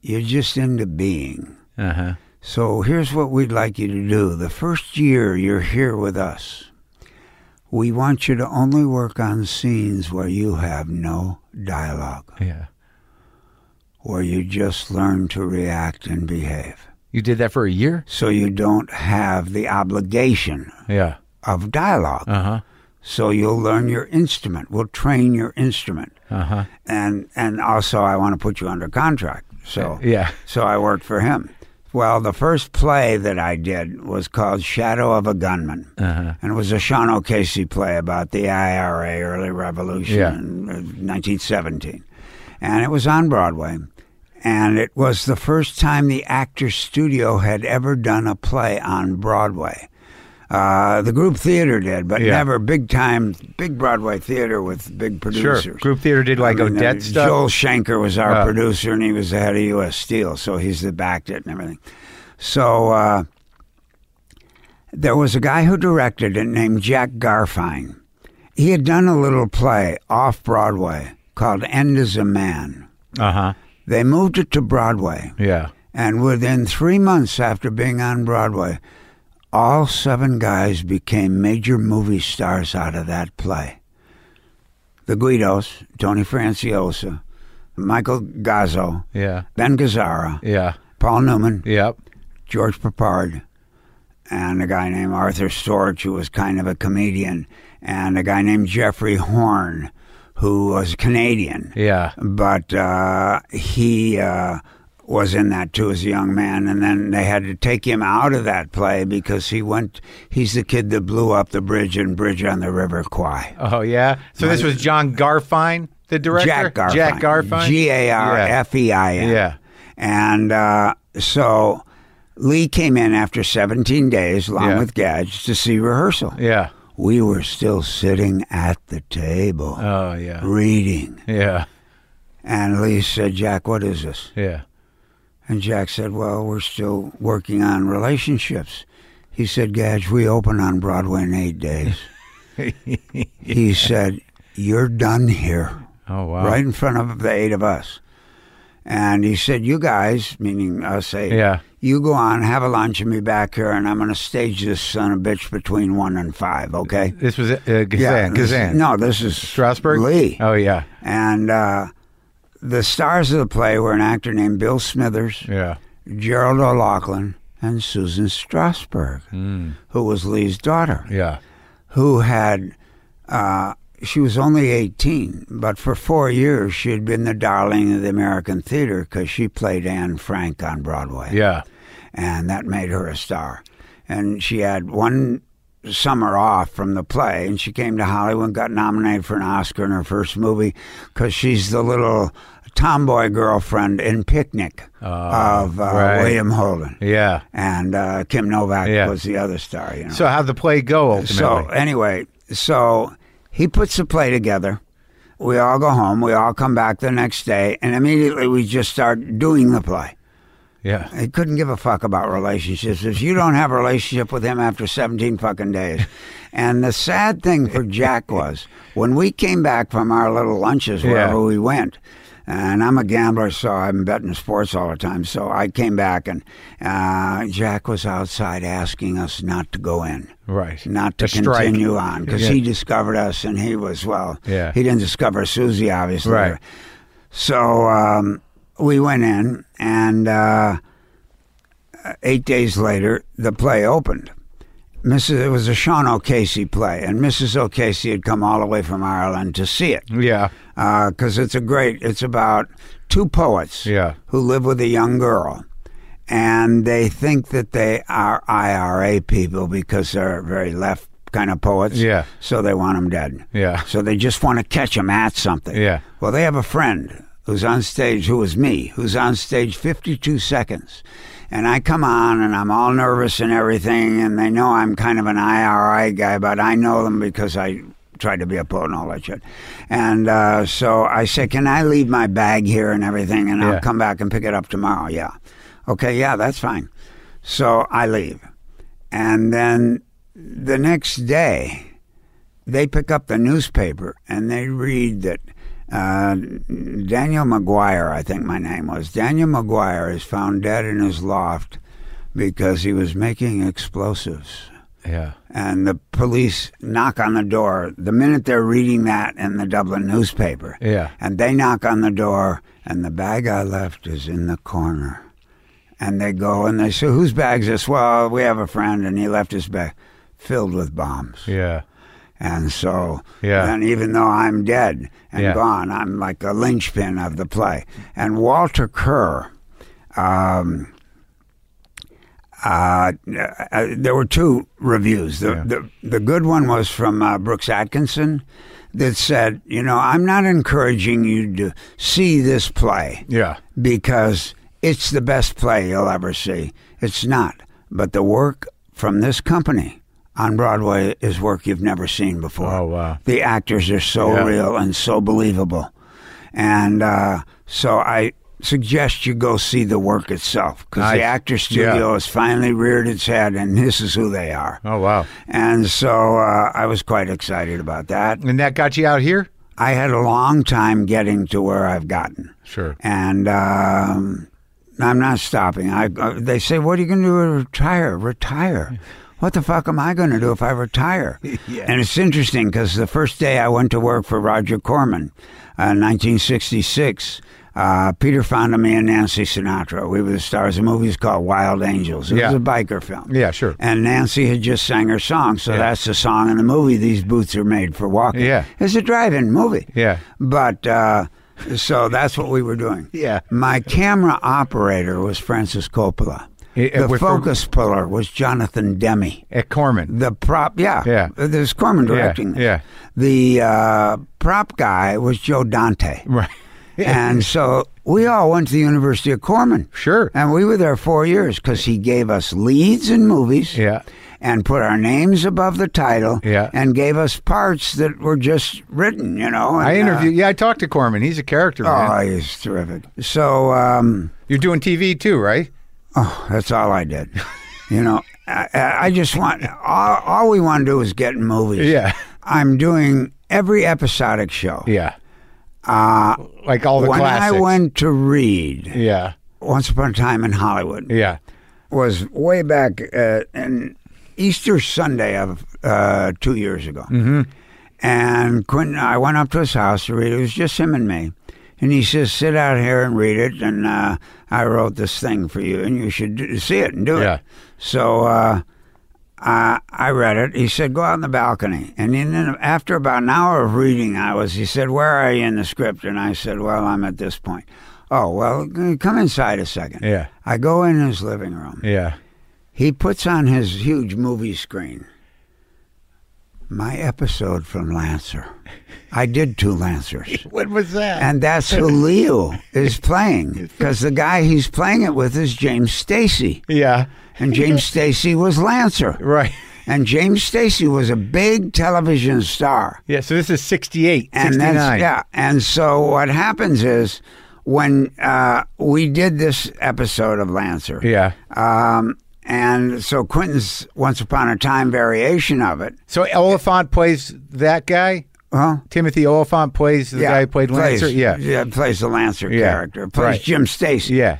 S1: You're just into being."
S2: Uh huh.
S1: So here's what we'd like you to do. The first year you're here with us, we want you to only work on scenes where you have no dialogue,
S2: Yeah.
S1: where you just learn to react and behave.
S2: You did that for a year?
S1: So you don't have the obligation
S2: Yeah.
S1: of dialogue.
S2: Uh huh.
S1: So you'll learn your instrument. We'll train your instrument.
S2: Uh huh.
S1: And and also I want to put you under contract. So
S2: Yeah.
S1: So I worked for him. Well, the first play that I did was called Shadow of a Gunman.
S2: Uh-huh.
S1: And it was a Sean O'Casey play about the IRA, early revolution,
S2: Yeah.
S1: in uh, 1917. And it was on Broadway. And it was the first time the Actors Studio had ever done a play on Broadway. Uh, the group theater did, but
S2: Yeah.
S1: never big time, big Broadway theater with big
S2: Sure.
S1: producers.
S2: Group theater did like
S1: I mean,
S2: Odette
S1: uh,
S2: stuff.
S1: Joel Shanker was our
S2: Uh.
S1: producer, and he was the head of U.S. Steel, so he's the backed it and everything. So uh, there was a guy who directed it named Jack Garfine. He had done a little play off Broadway called "End Is a Man."
S2: Uh huh.
S1: They moved it to Broadway,
S2: Yeah.
S1: and within three months after being on Broadway, all seven guys became major movie stars out of that play. The Guidos, Tony Franciosa, Michael Gazzo,
S2: Yeah.
S1: Ben Gazzara,
S2: Yeah.
S1: Paul Newman,
S2: Yep.
S1: George Papard, and a guy named Arthur Storch, who was kind of a comedian, and a guy named Jeffrey Horn, who was Canadian
S2: Yeah.
S1: but uh, he uh, was in that too as a young man, and then they had to take him out of that play because he went. He's the kid that blew up the bridge and Bridge on the River Kwai.
S2: Oh yeah. So this was John Garfine, the director.
S1: Jack Garfine.
S2: Jack Garfine.
S1: G A R F E I N.
S2: Yeah.
S1: And uh, so Lee came in after 17 days, along
S2: Yeah.
S1: with Gadge, to see rehearsal.
S2: yeah.
S1: We were still sitting at the table
S2: Oh yeah.
S1: reading.
S2: Yeah.
S1: And Lee said, Jack, what is this?
S2: Yeah.
S1: And Jack said, Well, we're still working on relationships. He said, Gadge, we open on Broadway in eight days. He said, You're done here,
S2: Oh wow.
S1: right in front of the eight of us. And he said, You guys, meaning us eight,
S2: Yeah.
S1: you go on, have a lunch, and be back here, and I'm going to stage this son of a bitch between one and five, okay?
S2: This was uh, Gazan. Gazan.
S1: No, this is
S2: Strasberg.
S1: Lee.
S2: Oh yeah.
S1: And uh, the stars of the play were an actor named Bill Smithers.
S2: Yeah.
S1: Gerald O'Loughlin and Susan Strasberg, who was Lee's daughter,
S2: Mm. Yeah.
S1: who had, uh, she was only 18, but for four years she had been the darling of the American theater because she played Anne Frank on Broadway.
S2: Yeah.
S1: And that made her a star. And she had one summer off from the play and she came to Hollywood and got nominated for an Oscar in her first movie because she's the little tomboy girlfriend in Picnic of uh,
S2: right.
S1: William Holden
S2: Yeah.
S1: and uh, Kim Novak
S2: Yeah.
S1: was the other star. You know.
S2: So how'd the play go ultimately?
S1: So anyway, so he puts the play together. We all go home. We all come back the next day, and immediately we just start doing the play.
S2: yeah.
S1: He couldn't give a fuck about relationships. If you don't have a relationship with him after 17 fucking days. And the sad thing for Jack was when we came back from our little lunches, wherever
S2: Yeah.
S1: we went, and I'm a gambler, so I'm betting sports all the time. So I came back, and uh, Jack was outside asking us not to go in
S2: Right.
S1: not to
S2: A strike.
S1: continue on because
S2: Yeah.
S1: he discovered us and he was well
S2: Yeah.
S1: he didn't discover susie obviously
S2: Right.
S1: so um, we went in and uh, eight days later the play opened mrs it was a sean o'casey play and mrs o'casey had come all the way from ireland to see it
S2: Yeah.
S1: because it's a great it's about two poets
S2: Yeah.
S1: who live with a young girl and they think that they are IRA people because they're very left kind of poets.
S2: Yeah.
S1: So they want them dead.
S2: Yeah.
S1: So they just want to catch them at something.
S2: Yeah.
S1: Well, they have a friend who's on stage, who is me, who's on stage 52 seconds. And I come on and I'm all nervous and everything, and they know I'm kind of an IRI guy, but I know them because I tried to be a poet and all that shit. And uh, so I say, Can I leave my bag here and everything? And
S2: Yeah.
S1: I'll come back and pick it up tomorrow. Yeah. Okay, yeah, that's fine. So I leave. And then the next day, they pick up the newspaper and they read that uh, Daniel McGuire, I think my name was, Daniel McGuire is found dead in his loft because he was making explosives.
S2: Yeah.
S1: And the police knock on the door the minute they're reading that in the Dublin newspaper.
S2: Yeah.
S1: And they knock on the door, and the bag I left is in the corner. And they go and they say, Whose bag's this? Well, we have a friend, and he left his bag filled with bombs.
S2: Yeah.
S1: And so,
S2: Yeah.
S1: then even though I'm dead and
S2: Yeah.
S1: gone, I'm like a linchpin of the play. And Walter Kerr, um, uh, uh, there were two reviews. The,
S2: Yeah.
S1: the, the good one was from uh, Brooks Atkinson that said, you know, I'm not encouraging you to see this play
S2: Yeah.
S1: because it's the best play you'll ever see. It's not, but the work from this company on Broadway is work you've never seen before.
S2: Oh, wow.
S1: The actors are so
S2: Yeah.
S1: real and so believable, and uh, so I suggest you go see the work itself because
S2: Nice.
S1: the actor studio
S2: Yeah.
S1: has finally reared its head, and this is who they are.
S2: Oh wow.
S1: And so uh, I was quite excited about that.
S2: And that got you out here?
S1: I had a long time getting to where I've gotten
S2: Sure.
S1: and um, I'm not stopping. I, uh, they say, "What are you going to do? to Retire? Retire? What the fuck am I going to do if I retire?" And it's interesting because the first day I went to work for Roger Corman, uh, 1966. Uh, Peter Fonda, me, and Nancy Sinatra. We were the stars of movies called Wild Angels. It
S2: Yeah.
S1: was a biker film.
S2: Yeah, sure.
S1: And Nancy had just sang her song, so
S2: Yeah.
S1: that's the song in the movie. These boots are made for walking.
S2: Yeah.
S1: it's a drive-in movie.
S2: Yeah.
S1: But uh, so that's what we were doing.
S2: Yeah.
S1: My camera operator was Francis Coppola.
S2: Eh, eh,
S1: the
S2: with-
S1: focus puller was Jonathan Demi.
S2: At Corman.
S1: The prop, yeah,
S2: Yeah.
S1: There's Corman directing.
S2: yeah.
S1: this. The uh, prop guy was Joe Dante,
S2: Right.
S1: and so we all went to the University of Corman,
S2: Sure.
S1: and we were there four years because he gave us leads in movies,
S2: Yeah.
S1: and put our names above the title,
S2: Yeah.
S1: and gave us parts that were just written, you know. and,
S2: I
S1: uh,
S2: interviewed. Yeah, I talked to Corman. He's a character, man.
S1: Oh, he's terrific. So, um,
S2: You're doing TV too, right?
S1: oh, that's all I did. You know, I, I I just want all, all we want to do is get in movies.
S2: Yeah.
S1: I'm doing every episodic show.
S2: Yeah.
S1: Uh,
S2: Like all the
S1: when
S2: classics.
S1: I went to read
S2: Yeah.
S1: Once Upon a Time in Hollywood
S2: Yeah.
S1: was way back uh, in Easter Sunday of uh, two years ago. Mm-hmm. And Quentin, I went up to his house to read it. It was just him and me. And he says, sit out here and read it. And uh, I wrote this thing for you, and you should do, see it and do
S2: Yeah.
S1: it. So uh, I, I read it. He said, go out on the balcony. And then after about an hour of reading, I was, he said, where are you in the script? And I said, well, I'm at this point. Oh, well, come inside a second.
S2: Yeah.
S1: I go in his living room.
S2: Yeah.
S1: He puts on his huge movie screen my episode from Lancer. I did two Lancers.
S2: What was that?
S1: And that's who Leo is playing because the guy he's playing it with is James Stacy.
S2: yeah.
S1: And James Stacy was Lancer.
S2: Right.
S1: And James Stacy was a big television star.
S2: Yeah. So this is 68,
S1: And
S2: 69.
S1: that's yeah. And so what happens is when uh, we did this episode of Lancer,
S2: Yeah.
S1: um, and so Quentin's Once Upon a Time variation of it.
S2: So Oliphant plays that guy.
S1: Huh?
S2: Timothy Oliphant plays the guy who played
S1: plays-
S2: Lancer. Yeah.
S1: plays the Lancer
S2: Yeah,
S1: character. Plays
S2: right.
S1: Jim Stacy.
S2: Yeah.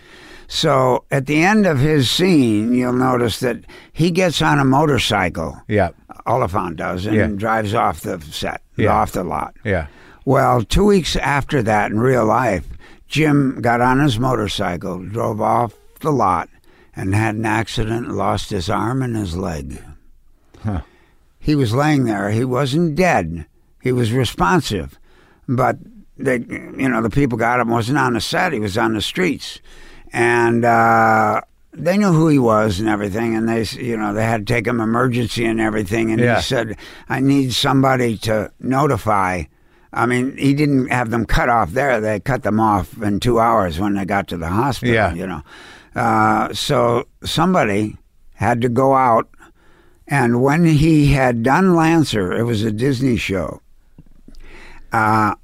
S1: So at the end of his scene, you'll notice that he gets on a motorcycle.
S2: Yeah.
S1: Oliphant does and
S2: Yeah.
S1: drives off the set,
S2: Yeah.
S1: off the lot.
S2: Yeah.
S1: Well, two weeks after that, in real life, Jim got on his motorcycle, drove off the lot, and had an accident, and lost his arm and his leg.
S2: Huh.
S1: He was laying there. He wasn't dead. He was responsive, but they, you know, the people got him. wasn't on the set. He was on the streets, and uh, they knew who he was and everything. And they, s- you know, they had to take him emergency and everything. And
S2: Yeah.
S1: he said, "I need somebody to notify." I mean, he didn't have them cut off there. They cut them off in two hours when they got to the hospital.
S2: Yeah.
S1: You know, uh, so somebody had to go out. And when he had done Lancer, it was a Disney show. Uh,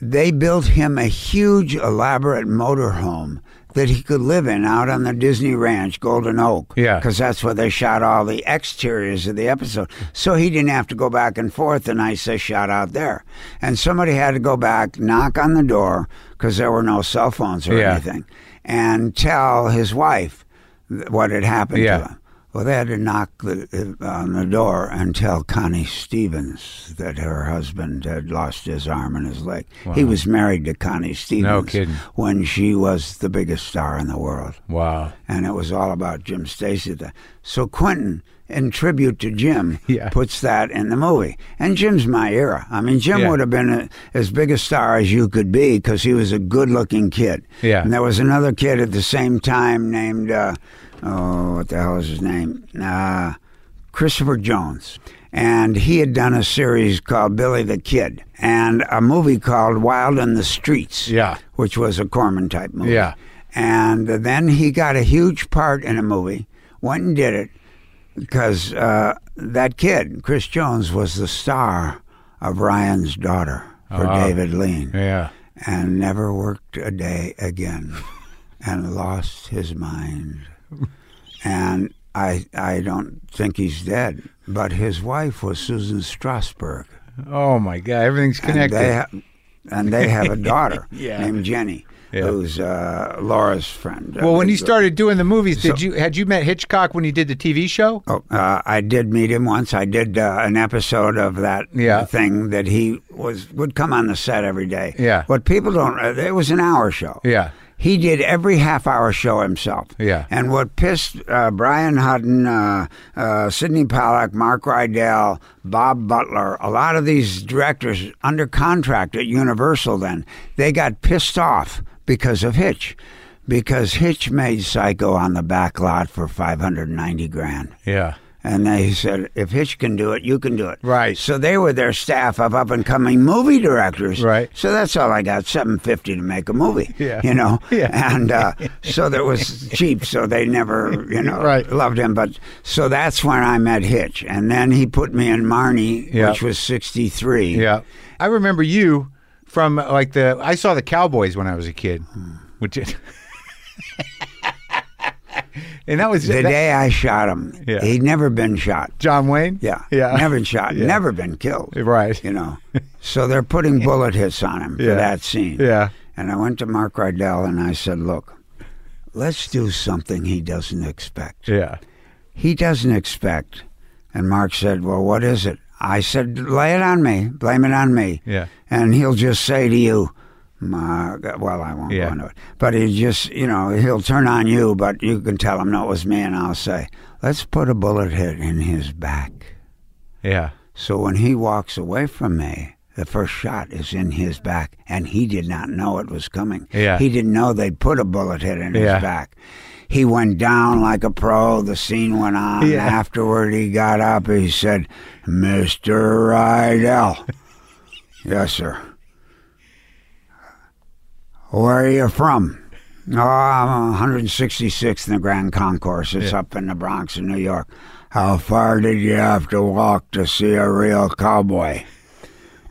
S1: they built him a huge, elaborate motorhome that he could live in out on the Disney Ranch, Golden Oak.
S2: Yeah.
S1: because that's where they shot all the exteriors of the episode. So he didn't have to go back and forth. The nights they shot out there, and somebody had to go back, knock on the door because there were no cell phones or
S2: Yeah.
S1: anything, and tell his wife th- what had happened
S2: Yeah.
S1: to him. Well, they had to knock the, uh, on the door and tell Connie Stevens that her husband had lost his arm and his leg. He was married to Connie Stevens
S2: kidding.
S1: when she was the biggest star in the world
S2: Wow.
S1: and it was all about Jim Stacy. at the- So Quentin, in tribute to Jim,
S2: Yeah.
S1: puts that in the movie. And Jim's my era. I mean, Jim
S2: Yeah.
S1: would have been a, as big a star as you could be because he was a good-looking kid.
S2: Yeah.
S1: And there was another kid at the same time named, uh, oh, what the hell is his name? Uh, Christopher Jones. And he had done a series called Billy the Kid and a movie called Wild in the Streets
S2: Yeah.
S1: which was a Corman type movie.
S2: Yeah.
S1: And then he got a huge part in a movie, went and did it, because uh, that kid, Chris Jones, was the star of Ryan's daughter for
S2: Ah.
S1: David Lean
S2: Yeah.
S1: and never worked a day again and lost his mind. And I, I don't think he's dead, but his wife was Susan Strasberg.
S2: Oh my God. Everything's
S1: And
S2: connected.
S1: they, ha- and they have a daughter
S2: Yeah.
S1: named Jenny,
S2: Yeah.
S1: who's uh, Laura's friend.
S2: well, when
S1: Uh,
S2: you started doing the movies, did you had you met Hitchcock when you did the TV show?
S1: Oh, uh, I did meet him once. I did uh, an episode of that
S2: Yeah.
S1: thing that he was would come on the set every day.
S2: Yeah.
S1: What people don't, uh, it was an hour show.
S2: Yeah.
S1: He did every half hour show himself.
S2: Yeah.
S1: And what pissed uh, Brian Hutton, uh, uh, Sidney Pollack, Mark Rydell, Bob Butler, a lot of these directors under contract at Universal then, they got pissed off because of Hitch. Because Hitch made Psycho on the back lot for 590 grand.
S2: Yeah.
S1: And they said, if Hitch can do it, you can do it.
S2: Right.
S1: So they were their staff of up and coming movie directors.
S2: Right.
S1: So that's all I got, seven fifty to make a movie.
S2: Yeah.
S1: You know.
S2: Yeah.
S1: And uh, so that was cheap. So they never, you know,
S2: Right.
S1: loved him. But so that's when I met Hitch, and then he put me in Marnie,
S2: Yeah.
S1: which was sixty three.
S2: Yeah. I remember you from like the I saw the Cowboys when I was a kid. Which is And that was
S1: The
S2: that-
S1: day I shot him,
S2: Yeah.
S1: he'd never been shot.
S2: John Wayne?
S1: Yeah.
S2: Yeah.
S1: Never shot.
S2: Yeah.
S1: Never been killed.
S2: Right.
S1: You know. so they're putting bullet hits on him
S2: Yeah.
S1: for that scene.
S2: Yeah.
S1: And I went to Mark Rydell and I said, Look, let's do something he doesn't expect.
S2: Yeah.
S1: He doesn't expect. And Mark said, Well, what is it? I said, Lay it on me. Blame it on me.
S2: Yeah.
S1: And he'll just say to you, "My God," well, I won't
S2: Yeah.
S1: go into it. But he just, you know, he'll turn on you, but you can tell him, No, it was me. And I'll say, Let's put a bullet hit in his back.
S2: Yeah.
S1: So when he walks away from me, the first shot is in his back, and he did not know it was coming.
S2: Yeah.
S1: He didn't know they'd put a bullet hit in
S2: Yeah.
S1: his back. He went down like a pro. The scene went on.
S2: Yeah.
S1: Afterward, he got up. He said, Mr. Rydell. yes, sir. Where are you from? Oh, I'm 166th in the Grand Concourse. It's up in the Bronx in New York. How far did you have to walk to see a real cowboy?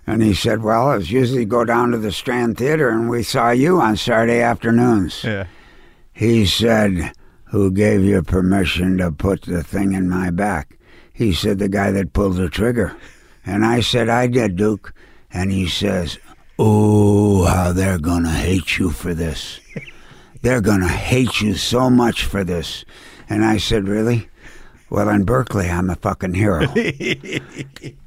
S1: And he said, Well, I was usually go down to the Strand Theater and we saw you on Saturday afternoons.
S2: Yeah.
S1: He said, Who gave you permission to put the thing in my back? He said, The guy that pulled the trigger. And I said, I did, Duke. And he says, Oh, how they're going to hate you for this. They're going to hate you so much for this. And I said, Really? Well, in Berkeley, I'm a fucking hero.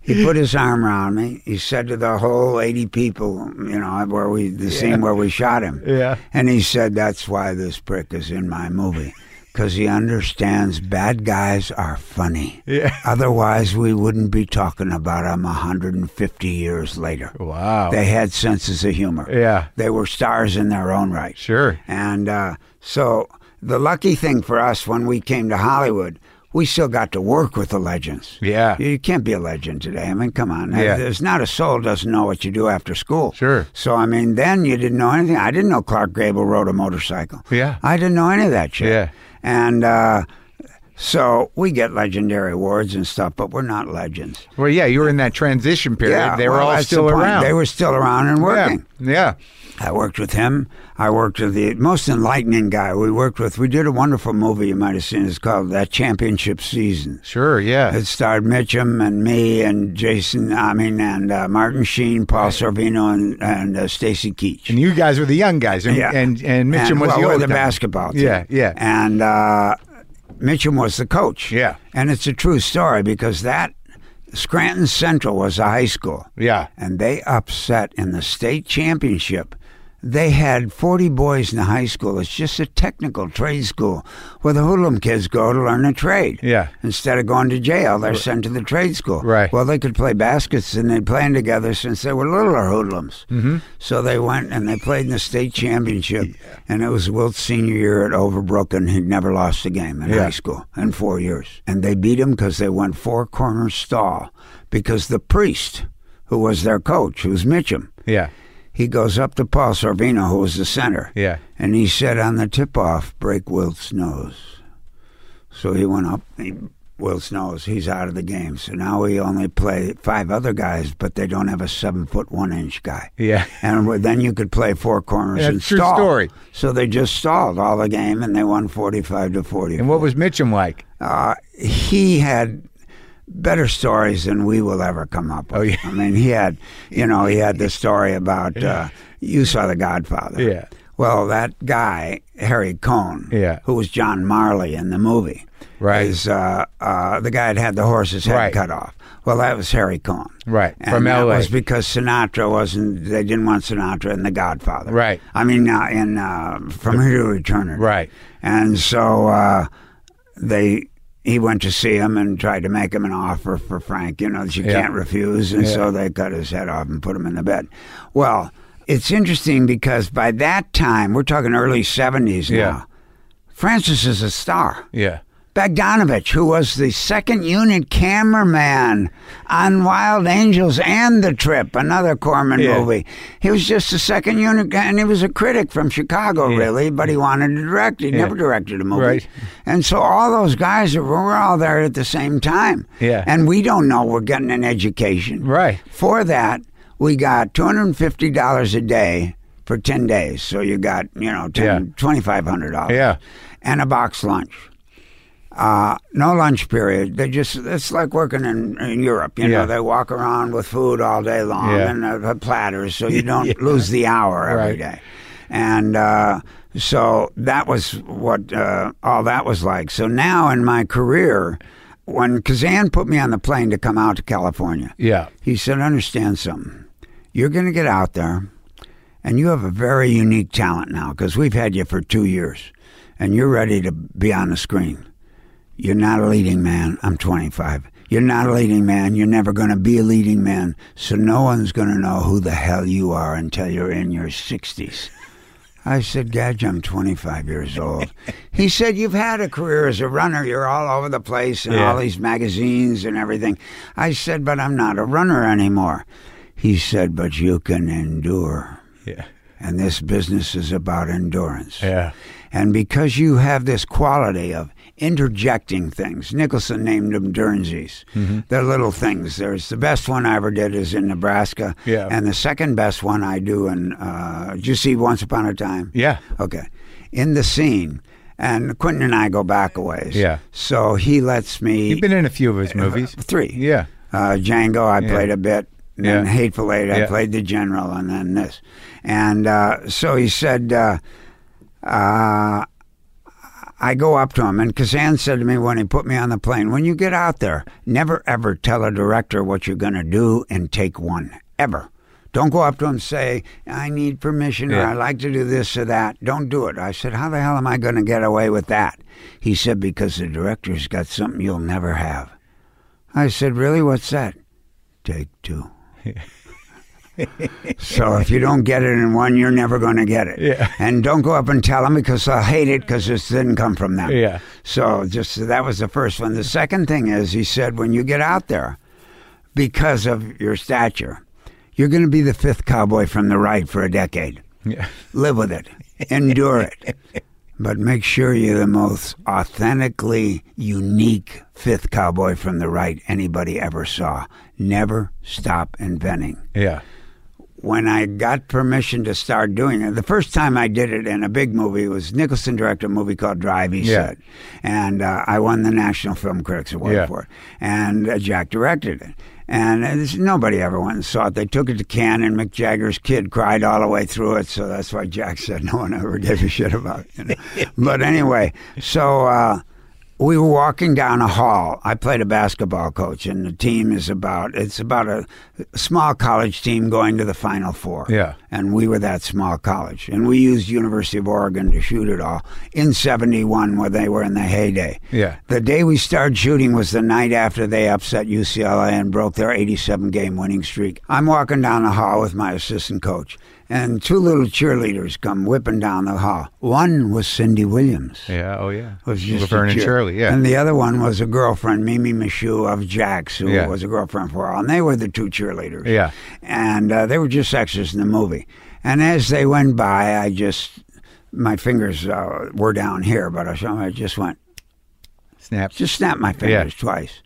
S1: he put his arm around me. He said to the whole 80 people, you know, where we, the scene where we shot him.
S2: Yeah.
S1: And he said, That's why this prick is in my movie. Because he understands bad guys are funny.
S2: Yeah.
S1: Otherwise, we wouldn't be talking about them 150 years later.
S2: Wow.
S1: They had senses of humor.
S2: yeah.
S1: They were stars in their own right.
S2: Sure.
S1: And uh, so the lucky thing for us when we came to Hollywood, we still got to work with the legends.
S2: Yeah.
S1: You can't be a legend today. I mean, come on.
S2: Yeah.
S1: There's not a soul doesn't know what you do after school.
S2: Sure.
S1: So I mean, then you didn't know anything. I didn't know Clark Gable rode a motorcycle.
S2: Yeah.
S1: I didn't know any of that shit.
S2: Yeah.
S1: And uh, so we get legendary awards and stuff, but we're not legends.
S2: Well, yeah, you were in that transition period. they were
S1: well,
S2: all
S1: that's the
S2: still
S1: point.
S2: around.
S1: They were still around and working.
S2: Yeah. yeah.
S1: I worked with him. I worked with the most enlightening guy we worked with. We did a wonderful movie you might have seen. It's called That Championship Season.
S2: Sure. Yeah.
S1: It starred Mitchum and me and Jason, I mean, and uh, Martin Sheen, Paul Sorvino, and, and uh, Stacy Keach.
S2: and you guys were the young guys, and
S1: Yeah.
S2: and, and Mitchum
S1: And,
S2: was
S1: well,
S2: the
S1: we're
S2: old
S1: the
S2: guy.
S1: basketball team.
S2: Yeah, yeah.
S1: And uh, Mitchum was the coach.
S2: Yeah.
S1: And it's a true story because that Scranton Central was a high school.
S2: Yeah.
S1: And they upset in the state championship. They had 40 boys in the high school. It's just a technical trade school where the hoodlum kids go to learn a trade.
S2: Yeah.
S1: Instead of going to jail, they're sent to the trade school.
S2: Right.
S1: Well, they could play baskets and they playing together since they were littler hoodlums. Mm-hmm. So they went and they played in the state championship. And it was Wilt's senior year at Overbrook, and he'd never lost a game in
S2: Yeah.
S1: high school in four years. And they beat him because they went four corners stall because the priest, who was their coach, who was Mitchum,
S2: Yeah.
S1: he goes up to Paul Sorvino, who was the center.
S2: Yeah.
S1: And he said on the tip off, break Wilt's nose. So he went up, he, Wilt's nose, he's out of the game. So now we only play five other guys, but they don't have a seven foot one inch guy.
S2: Yeah.
S1: And we- then you could play four corners
S2: Yeah,
S1: and
S2: true
S1: stall.
S2: story.
S1: So they just stalled all the game and they won 45 to 40.
S2: And what was Mitchum like?
S1: Uh, he had better stories than we will ever come up with.
S2: Oh, yeah.
S1: I mean, he had, you know, he had the story about uh, you saw The Godfather.
S2: Yeah.
S1: Well, that guy Harry Cohn,
S2: Yeah.
S1: who was John Marley in the movie,
S2: Right.
S1: Is uh, uh, the guy that had the horse's head
S2: Right.
S1: cut off? Well, that was Harry Cohn,
S2: Right,
S1: And
S2: from
S1: that
S2: LA.
S1: was because Sinatra wasn't. They didn't want Sinatra in The Godfather,
S2: Right.
S1: I mean, uh, in uh, From Here to Eternity,
S2: Right.
S1: And so uh, they. He went to see him and tried to make him an offer for Frank, you know, that you
S2: Yeah.
S1: can't refuse. And so they cut his head off and put him in the bed. Well, it's interesting because by that time, we're talking early 70s now,
S2: Yeah.
S1: Francis is a star.
S2: Yeah.
S1: Bogdanovich, who was the second unit cameraman on Wild Angels and The Trip, another Corman
S2: Yeah.
S1: movie. He was just the second unit, guy, and he was a critic from Chicago, really, but he wanted to direct. He never directed a movie.
S2: Right.
S1: And so all those guys are, were all there at the same time.
S2: Yeah.
S1: And we don't know we're getting an education.
S2: Right.
S1: For that, we got $250 a day for 10 days. So you got, you know, 10,
S2: Yeah.
S1: $2,500
S2: Yeah.
S1: and a box lunch. Uh, no lunch period. They just it's like working in, in Europe. You
S2: Yeah.
S1: know, they walk around with food all day long
S2: Yeah.
S1: and uh, platters, so you don't lose the hour every
S2: Right.
S1: day. And uh, so that was what uh, all that was like. So now in my career, when Kazan put me on the plane to come out to California,
S2: Yeah.
S1: he said, "Understand something. You're going to get out there, and you have a very unique talent now because we've had you for two years, and you're ready to be on the screen. You're not a leading man. I'm 25. You're not a leading man. You're never going to be a leading man. So no one's going to know who the hell you are until you're in your 60s." I said, Gadge, I'm 25 years old. he said, You've had a career as a runner. You're all over the place in
S2: Yeah.
S1: all these magazines and everything. I said, But I'm not a runner anymore. He said, But you can endure.
S2: Yeah.
S1: And this business is about endurance.
S2: Yeah.
S1: And because you have this quality of interjecting things, Nicholson named them Durnsies.
S2: Mm-hmm.
S1: They're little things. There's the best one I ever did is in Nebraska,
S2: Yeah.
S1: and the second best one I do in. Uh, did you see Once Upon a Time?
S2: Yeah.
S1: Okay. In the scene, and Quentin and I go back a ways.
S2: Yeah.
S1: So he lets me
S2: You've been in a few of his movies.
S1: three.
S2: Yeah.
S1: Uh, Django, I played a bit. And then
S2: Yeah.
S1: Hateful Eight, I
S2: Yeah.
S1: played the general, and then this. And uh, so he said, uh, uh, I go up to him, and Kazan said to me when he put me on the plane, when you get out there, never ever tell a director what you're going to do and take one, ever. Don't go up to him and say, I need permission or
S2: Yeah.
S1: I like to do this or that. Don't do it. I said, How the hell am I going to get away with that? He said, Because the director's got something you'll never have. I said, Really? What's that? Take two. so if you don't get it in one, you're never going to get it.
S2: Yeah.
S1: And don't go up and tell them because they'll hate it because it didn't come from them.
S2: Yeah.
S1: So just that was the first one. The second thing is he said, when you get out there, because of your stature, you're going to be the fifth cowboy from the right for a decade.
S2: Yeah.
S1: Live with it, endure it, but make sure you're the most authentically unique fifth cowboy from the right anybody ever saw. Never stop inventing
S2: Yeah.
S1: when I got permission to start doing it, the first time I did it in a big movie was Nicholson directed a movie called Drive, he
S2: Yeah.
S1: said. And uh, I won the National Film Critics Award
S2: Yeah.
S1: for it. And uh, Jack directed it. And uh, this- nobody ever went and saw it. They took it to Cannes, and Mick Jagger's kid cried all the way through it. So that's why Jack said no one ever gave a shit about it. you know. but anyway, so. Uh, we were walking down a hall. I played a basketball coach, and the team is about it's about a, a small college team going to the Final Four.
S2: Yeah.
S1: and we were that small college, and we used University of Oregon to shoot it all in '71 when they were in the heyday.
S2: Yeah.
S1: The day we started shooting was the night after they upset UCLA and broke their 87 game winning streak. I'm walking down the hall with my assistant coach, and two little cheerleaders come whipping down the hall. One was Cindy Williams
S2: Yeah. Oh yeah.
S1: was just a
S2: Laverne and
S1: chick.
S2: Shirley. Yeah.
S1: And the other one was a girlfriend, Mimi Michoud of Jack's, who
S2: Yeah.
S1: was a girlfriend for a while. And they were the two cheerleaders.
S2: Yeah.
S1: And uh, they were just extras in the movie. And as they went by, I just, my fingers uh, were down here, but I, I just went,
S2: Snap.
S1: just snapped my fingers twice.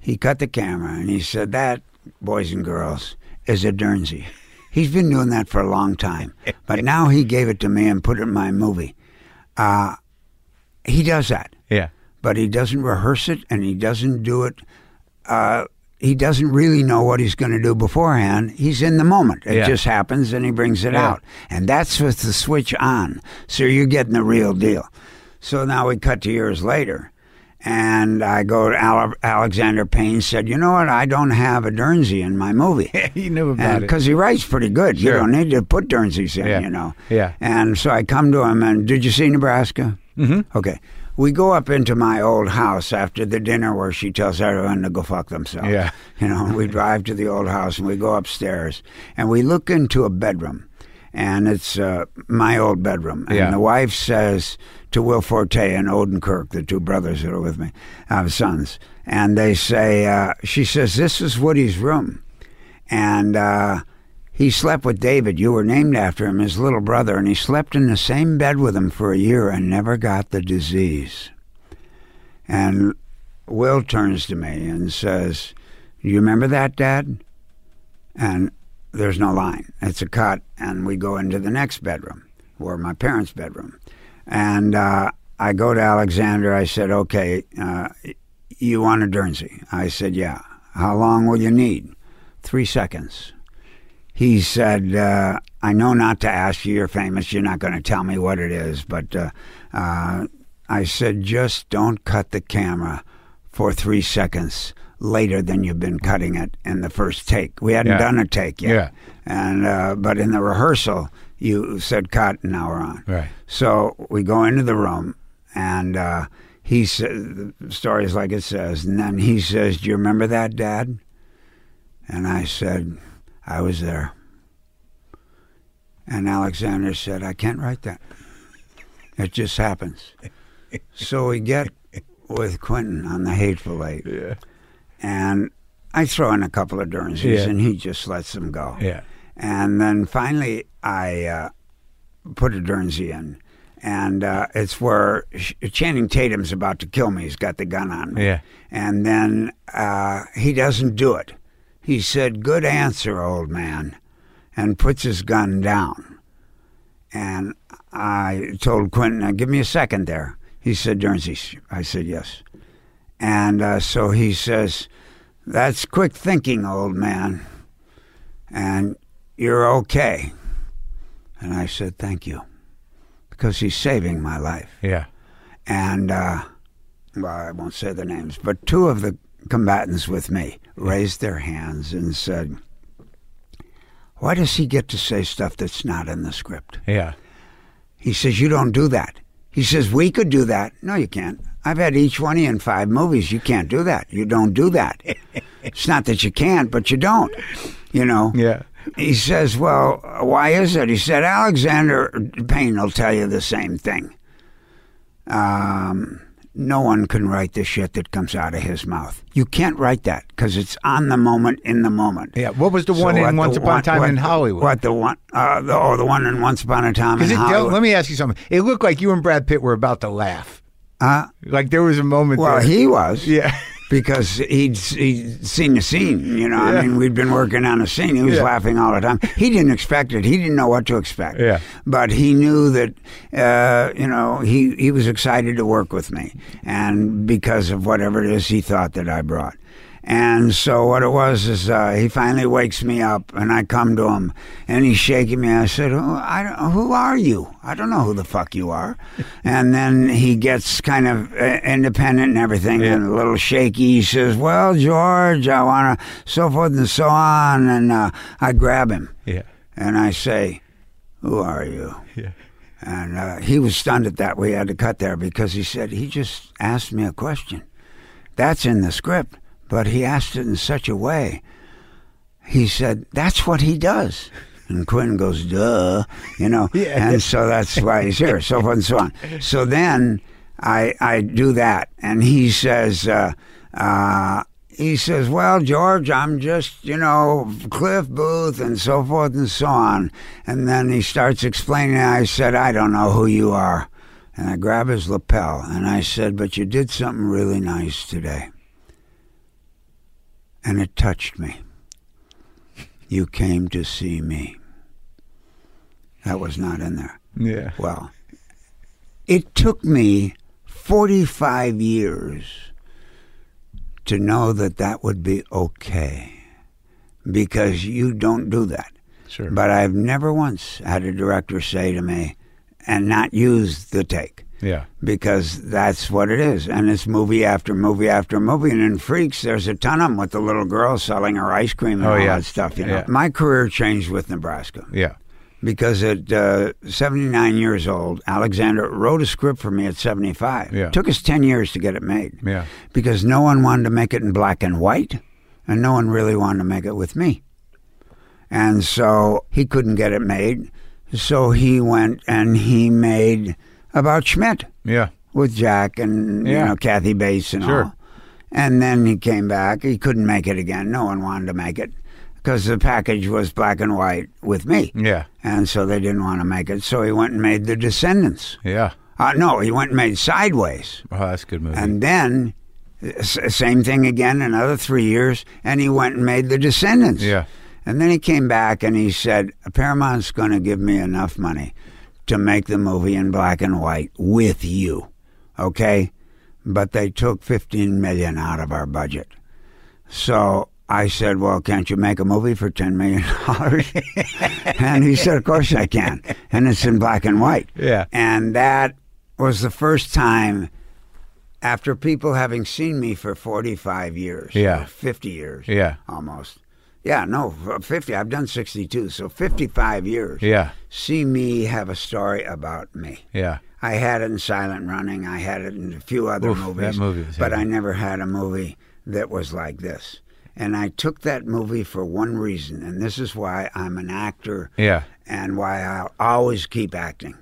S1: He cut the camera and he said, That, boys and girls, is a Dernsey. He's been doing that for a long time, but now he gave it to me and put it in my movie. Uh, he does that
S2: Yeah.
S1: but he doesn't rehearse it and he doesn't do it. Uh, he doesn't really know what he's going to do beforehand. He's in the moment. It
S2: Yeah.
S1: just happens and he brings it
S2: Yeah.
S1: out. And that's with the switch on. So you're getting the real deal. So now we cut to years later. And I go to Ale- Alexander Payne said, You know what? I don't have a Dernsey in my movie.
S2: he knew about it.
S1: Because he writes pretty good.
S2: Sure.
S1: You don't need to put Dernseys in,
S2: Yeah.
S1: you know.
S2: Yeah.
S1: And so I come to him and, Did you see Nebraska? Mm-hmm. Okay. We go up into my old house after the dinner where she tells everyone to go fuck themselves.
S2: Yeah.
S1: You know, we drive to the old house and we go upstairs and we look into a bedroom. And it's uh, my old bedroom. And
S2: Yeah.
S1: the wife says to Will Forte and Odenkirk, the two brothers that are with me, uh, sons, and they say, uh, she says, this is Woody's room. And uh, he slept with David. You were named after him, his little brother. And he slept in the same bed with him for a year and never got the disease. And Will turns to me and says, You remember that, Dad? And there's no line. It's a cut, and we go into the next bedroom, or my parents' bedroom. And uh, I go to Alexander. I said, Okay, uh, you want a Dernsey? I said, Yeah. How long will you need? Three seconds. He said, uh, I know not to ask you. You're famous. You're not going to tell me what it is. But uh, uh, I said, just don't cut the camera for three seconds later than you've been cutting it in the first take. We hadn't
S2: Yeah.
S1: done a take yet.
S2: Yeah.
S1: And uh, but in the rehearsal, you said cut, and now we're on.
S2: Right.
S1: So we go into the room, and uh, he says, the story is like it says. And then he says, Do you remember that, Dad? And I said, I was there. And Alexander said, I can't write that. It just happens. so we get with Quentin on the Hateful Eight,
S2: Yeah.
S1: and I throw in a couple of Dernseys,
S2: Yeah.
S1: and he just lets them go.
S2: Yeah.
S1: And then finally, I uh, put a Dernsey in. And uh, it's where Sh- Channing Tatum's about to kill me. He's got the gun on me.
S2: Yeah.
S1: And then uh, he doesn't do it. He said, Good answer, old man, and puts his gun down. And I told Quentin, "Now, Give me a second there. He said, Dernsey. I said, Yes. And uh, so he says, That's quick thinking, old man. And you're okay. And I said, Thank you. Because he's saving my life
S2: Yeah.
S1: and uh, well, I won't say the names, but two of the combatants with me raised their hands and said, "Why does he get to say stuff that's not in the script?"
S2: Yeah.
S1: He says, "You don't do that." He says, "We could do that." No, you can't. I've had each one in five movies. You can't do that. You don't do that. it's not that you can't, but you don't. You know
S2: Yeah.
S1: he says, Well, why is it? He said, Alexander Payne will tell you the same thing. Um, no one can write the shit that comes out of his mouth. You can't write that because it's on the moment, in the moment.
S2: Yeah. What was the
S1: So
S2: one
S1: what
S2: in Once Upon a
S1: one-
S2: Time
S1: what
S2: in
S1: the-
S2: Hollywood?
S1: What the one? Uh, the, oh, the one in Once Upon a Time in
S2: Because it
S1: Hollywood.
S2: don't, let me ask you something. It looked like you and Brad Pitt were about to laugh.
S1: Uh,
S2: Like there was a moment.
S1: well,
S2: there.
S1: he was.
S2: yeah,
S1: because he'd, he'd seen the scene. You know,
S2: Yeah.
S1: I mean, we'd been working on a scene. He was
S2: Yeah.
S1: laughing all the time. He didn't expect it. He didn't know what to expect.
S2: Yeah.
S1: But he knew that, uh, you know, he, he was excited to work with me. And because of whatever it is he thought that I brought. And so what it was is uh, he finally wakes me up and I come to him and he's shaking me. I said, oh, I don't, who are you? I don't know who the fuck you are. and then he gets kind of uh, independent and everything and a little shaky. He says, well, George, I want to so forth and so on. And uh, I grab him
S2: yeah,
S1: and I say, who are you?
S2: yeah,
S1: And uh, he was stunned at that. We had to cut there because he said, he just asked me a question. That's in the script, but he asked it in such a way. He said, that's what he does. And Quinn goes, duh, you know.
S2: Yeah.
S1: And so that's why he's here, so forth and so on. So then I, I do that, and he says, uh, uh, he says, well, George, I'm just, you know, Cliff Booth and so forth and so on. And then he starts explaining. I said, I don't know who you are. And I grab his lapel, and I said, but you did something really nice today. And it touched me. You came to see me. That was not in there.
S2: yeah.
S1: Well, it took me 45 years to know that that would be okay because you don't do that.
S2: Sure.
S1: But I've never once had a director say to me and not use the take
S2: yeah.
S1: because that's what it is. And it's movie after movie after movie. And in Freaks, there's a ton of them with the little girl selling her ice cream and
S2: Oh,
S1: all
S2: yeah.
S1: that stuff. You know,
S2: Yeah.
S1: my career changed with Nebraska
S2: Yeah.
S1: because at uh, 79 years old, Alexander wrote a script for me at 75.
S2: Yeah.
S1: It took us 10 years to get it made
S2: Yeah.
S1: because no one wanted to make it in black and white, and no one really wanted to make it with me. And so he couldn't get it made. So he went and he made about Schmidt
S2: Yeah.
S1: with Jack and
S2: Yeah.
S1: you know Kathy Bates and
S2: Sure.
S1: all. And then he came back. He couldn't make it again. No one wanted to make it because the package was black and white with me,
S2: Yeah.
S1: and so they didn't want to make it. So he went and made The Descendants.
S2: Yeah.
S1: Uh, no, he went and made Sideways.
S2: Oh, that's a good movie.
S1: And then, uh, s- same thing again, another three years, and he went and made The Descendants.
S2: yeah.
S1: And then he came back and he said, Paramount's going to give me enough money to make the movie in black and white with you. Okay? But they took 15 million out of our budget. So I said, Well, can't you make a movie for $10 million? and he said, Of course I can. And it's in black and white.
S2: Yeah.
S1: And that was the first time after people having seen me for 45 years,
S2: Yeah.
S1: or 50 years
S2: Yeah.
S1: almost. Yeah, no, f- 50. I've done 62, so 55 years.
S2: Yeah.
S1: See me have a story about me.
S2: Yeah.
S1: I had it in Silent Running, I had it in a few other
S2: Oof, that
S1: movies.
S2: movie was
S1: but
S2: heavy.
S1: I never had a movie that was like this. And I took that movie for one reason, and this is why I'm an actor
S2: Yeah.
S1: and why I'll always keep acting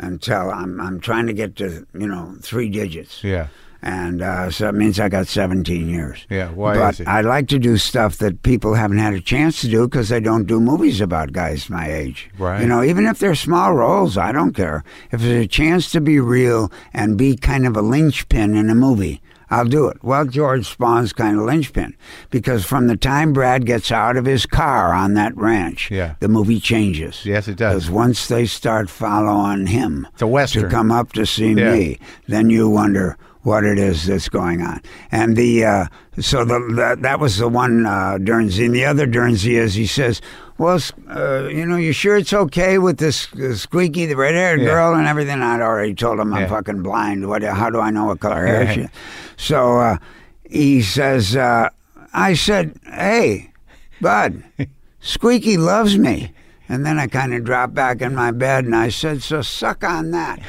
S1: until I'm, I'm trying to get to, you know, three digits.
S2: Yeah.
S1: And uh, so that means I got 17 years.
S2: Yeah. Why
S1: but
S2: is it?
S1: I like to do stuff that people haven't had a chance to do because they don't do movies about guys my age.
S2: Right.
S1: You know, even if they're small roles, I don't care. If there's a chance to be real and be kind of a linchpin in a movie, I'll do it. Well, George Spawn's kind of linchpin because from the time Brad gets out of his car on that ranch,
S2: Yeah.
S1: the movie changes.
S2: Yes, it does.
S1: Because once they start following him,
S2: It's a western.
S1: to come up to see
S2: Yeah.
S1: me, then you wonder what it is that's going on. And the uh, so the, the that was the one uh, Dernsey. And the other Dernsey is he says, "Well, uh, you know, you sure it's okay with this uh, squeaky, the red-haired
S2: Yeah.
S1: girl and everything?" I'd already told him I'm
S2: Yeah.
S1: fucking blind. What? How do I know what color hair
S2: Yeah.
S1: she? So uh, he says, uh, "I said, hey, bud." Squeaky loves me. And then I kind of dropped back in my bed and I said, So suck on that.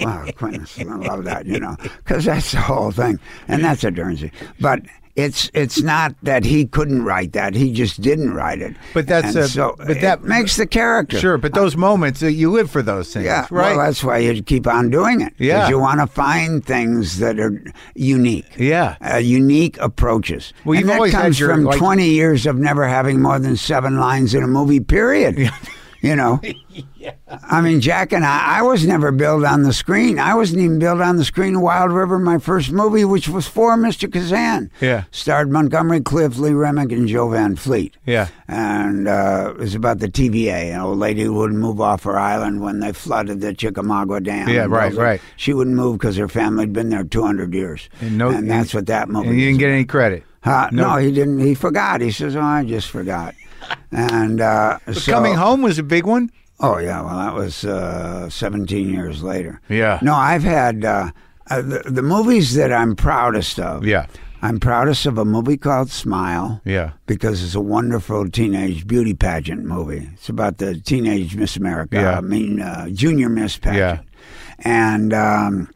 S1: wow, Quentin's going to love that, you know, because that's the whole thing. And that's a Dernsey. But it's it's not that he couldn't write that, he just didn't write it.
S2: But that's
S1: And
S2: a-
S1: so
S2: but
S1: it
S2: that-
S1: makes the character.
S2: Sure, but those moments, uh, you live for those things,
S1: Yeah,
S2: right?
S1: well, that's why you keep on doing it. 'cause
S2: Yeah.
S1: you want to find things that are unique
S2: yeah.
S1: uh, unique approaches.
S2: Well, you've
S1: and that
S2: always had
S1: comes
S2: your,
S1: from
S2: like-
S1: 20 years of never having more than seven lines in a movie, period. You know? I mean, Jack and I, I was never billed on the screen. I wasn't even billed on the screen in Wild River, my first movie, which was for Mr. Kazan.
S2: Yeah.
S1: Starred Montgomery Clift, Lee Remick, and Joe Van Fleet.
S2: Yeah.
S1: And uh, it was about the TVA, an old lady who wouldn't move off her island when they flooded the Chickamauga Dam.
S2: Yeah, right, right.
S1: She wouldn't move because her family had been there 200 years.
S2: And no-
S1: and that's what that movie
S2: And you
S1: is
S2: didn't get any credit.
S1: uh,
S2: No.
S1: no. he didn't. He forgot. He says, "Oh, I just forgot." And uh, so,
S2: Coming home was a big one.
S1: Oh yeah, well that was uh, 17 years later.
S2: Yeah.
S1: No, I've had uh, uh, the, the movies that I'm proudest of.
S2: Yeah.
S1: I'm proudest of a movie called Smile
S2: Yeah.
S1: because it's a wonderful teenage beauty pageant movie. It's about the teenage Miss America,
S2: Yeah.
S1: I mean, uh, junior Miss pageant. And um,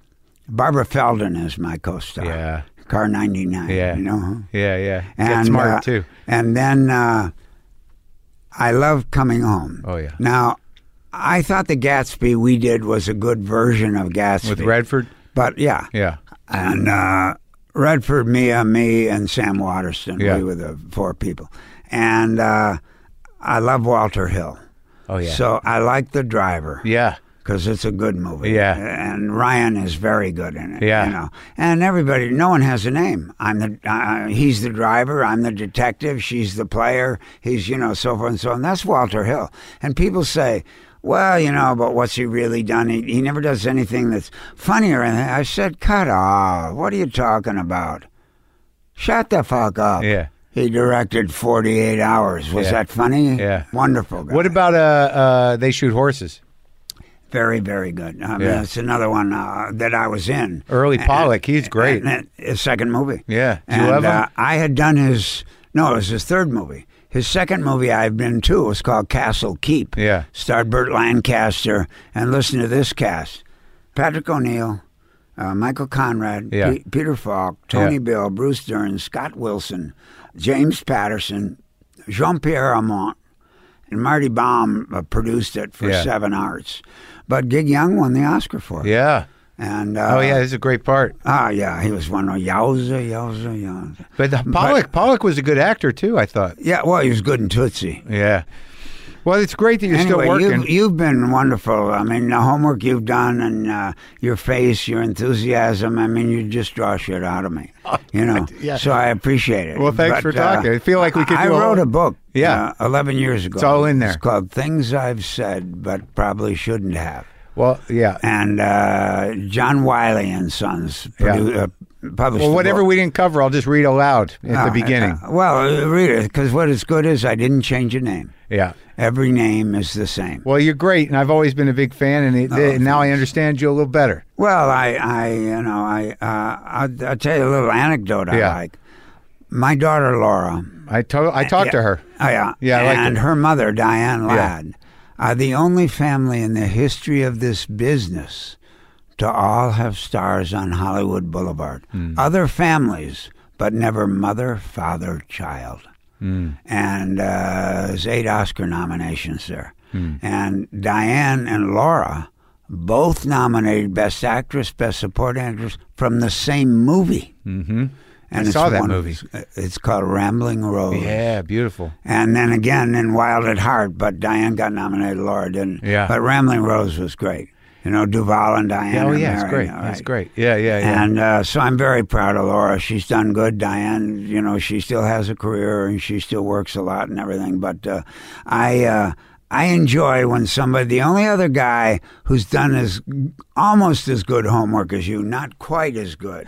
S1: Barbara Feldon is my co star.
S2: Yeah.
S1: Car 99.
S2: Yeah.
S1: You know?
S2: Yeah. Yeah. That's smart
S1: uh,
S2: too.
S1: And then uh, I love coming home.
S2: Oh, yeah.
S1: Now, I thought the Gatsby we did was a good version of Gatsby.
S2: With Redford.
S1: But yeah.
S2: Yeah.
S1: And uh, Redford, Mia, me, and Sam Waterston.
S2: Yeah.
S1: We were the four people. And uh, I love Walter Hill.
S2: Oh yeah.
S1: So I like The Driver
S2: yeah.
S1: because it's a good movie.
S2: Yeah.
S1: and Ryan is very good in it.
S2: Yeah.
S1: you know, and everybody, no one has a name. I'm the, uh, he's the driver. I'm the detective. She's the player. He's you know so forth and so on. That's Walter Hill. And people say, well, you know, but what's he really done? He, he never does anything that's funny or anything. I said, cut off. What are you talking about? Shut the fuck up.
S2: Yeah.
S1: He directed 48 hours. Was
S2: Yeah.
S1: that funny?
S2: Yeah.
S1: Wonderful. Guy.
S2: What about uh, uh, They Shoot Horses?
S1: Very, very good. I mean,
S2: Yeah.
S1: it's another one uh, that I was in.
S2: Early
S1: And-
S2: Pollock, he's great.
S1: and it- his second movie.
S2: Yeah. Do you
S1: And
S2: love him?
S1: uh, I had done his, no, it was his third movie. His second movie I've been to was called Castle Keep.
S2: Yeah.
S1: Starred Burt Lancaster. And listen to this cast Patrick O'Neill, uh, Michael Conrad,
S2: Yeah.
S1: Pe- Peter Falk, Tony
S2: Yeah.
S1: Bill, Bruce Dern, Scott Wilson, James Patterson, Jean Pierre Amont. And Marty Baum uh, produced it for
S2: Yeah.
S1: Seven Arts. But Gig Young won the Oscar for it.
S2: Yeah.
S1: And uh,
S2: Oh, yeah, this is a great part.
S1: Ah, yeah, he was one of yowza, yowza, yowza.
S2: But the, Pollock, Pollock was a good actor, too, I thought.
S1: Yeah, well, he was good in Tootsie.
S2: Yeah. Well, it's great that you're still
S1: anyway,
S2: working.
S1: you've, you've been wonderful. I mean, the homework you've done and uh, your face, your enthusiasm. I mean, you just draw shit out of me. You know,
S2: yeah.
S1: so I appreciate it. uh,
S2: Well, thanks for talking. I feel like we could
S1: I
S2: do a
S1: wrote a
S2: whole-
S1: book.
S2: Yeah.
S1: uh, eleven years ago.
S2: It's all in there.
S1: It's called "Things I've Said But Probably Shouldn't Have."
S2: well, yeah.
S1: And uh, John Wiley and Sons produ- uh, published.
S2: Well,
S1: the
S2: whatever
S1: book.
S2: we didn't cover, I'll just read aloud at the
S1: Uh,
S2: beginning.
S1: uh, well, uh, read it because what is good is I didn't change a name.
S2: yeah.
S1: Every name is the same.
S2: Well, you're great, and I've always been a big fan, and
S1: Oh,
S2: it, and now I understand you a little better.
S1: Well, I, I you know, I, uh, I'll, I'll tell you a little anecdote I
S2: Yeah.
S1: like. My daughter Laura.
S2: I to- I talked to
S1: yeah,
S2: her.
S1: Oh yeah.
S2: Yeah, I like
S1: and
S2: it.
S1: her mother Diane
S2: Yeah.
S1: Ladd are the only family in the history of this business to all have stars on Hollywood Boulevard.
S2: Hmm.
S1: Other families, but never mother, father, child.
S2: Hmm.
S1: And uh, there's eight Oscar nominations there.
S2: Hmm.
S1: And Diane and Laura both nominated Best Actress, Best Supporting Actress from the same movie.
S2: Mm-hmm.
S1: And
S2: saw
S1: it's
S2: that
S1: one-
S2: movie.
S1: It's called Rambling Rose.
S2: Yeah, beautiful.
S1: And then again in Wild at Heart, but Diane got nominated, Laura didn't.
S2: Yeah.
S1: But Rambling Rose was great. You know, Duval and Diane.
S2: Yeah, oh,
S1: are
S2: yeah, it's
S1: married,
S2: great.
S1: all
S2: It's
S1: right.
S2: great. Yeah, yeah, yeah.
S1: And uh, so I'm very proud of Laura. She's done good. Diane, you know, she still has a career and she still works a lot and everything. But uh, I, uh, I enjoy when somebody, the only other guy who's done as almost as good homework as you, not quite as good,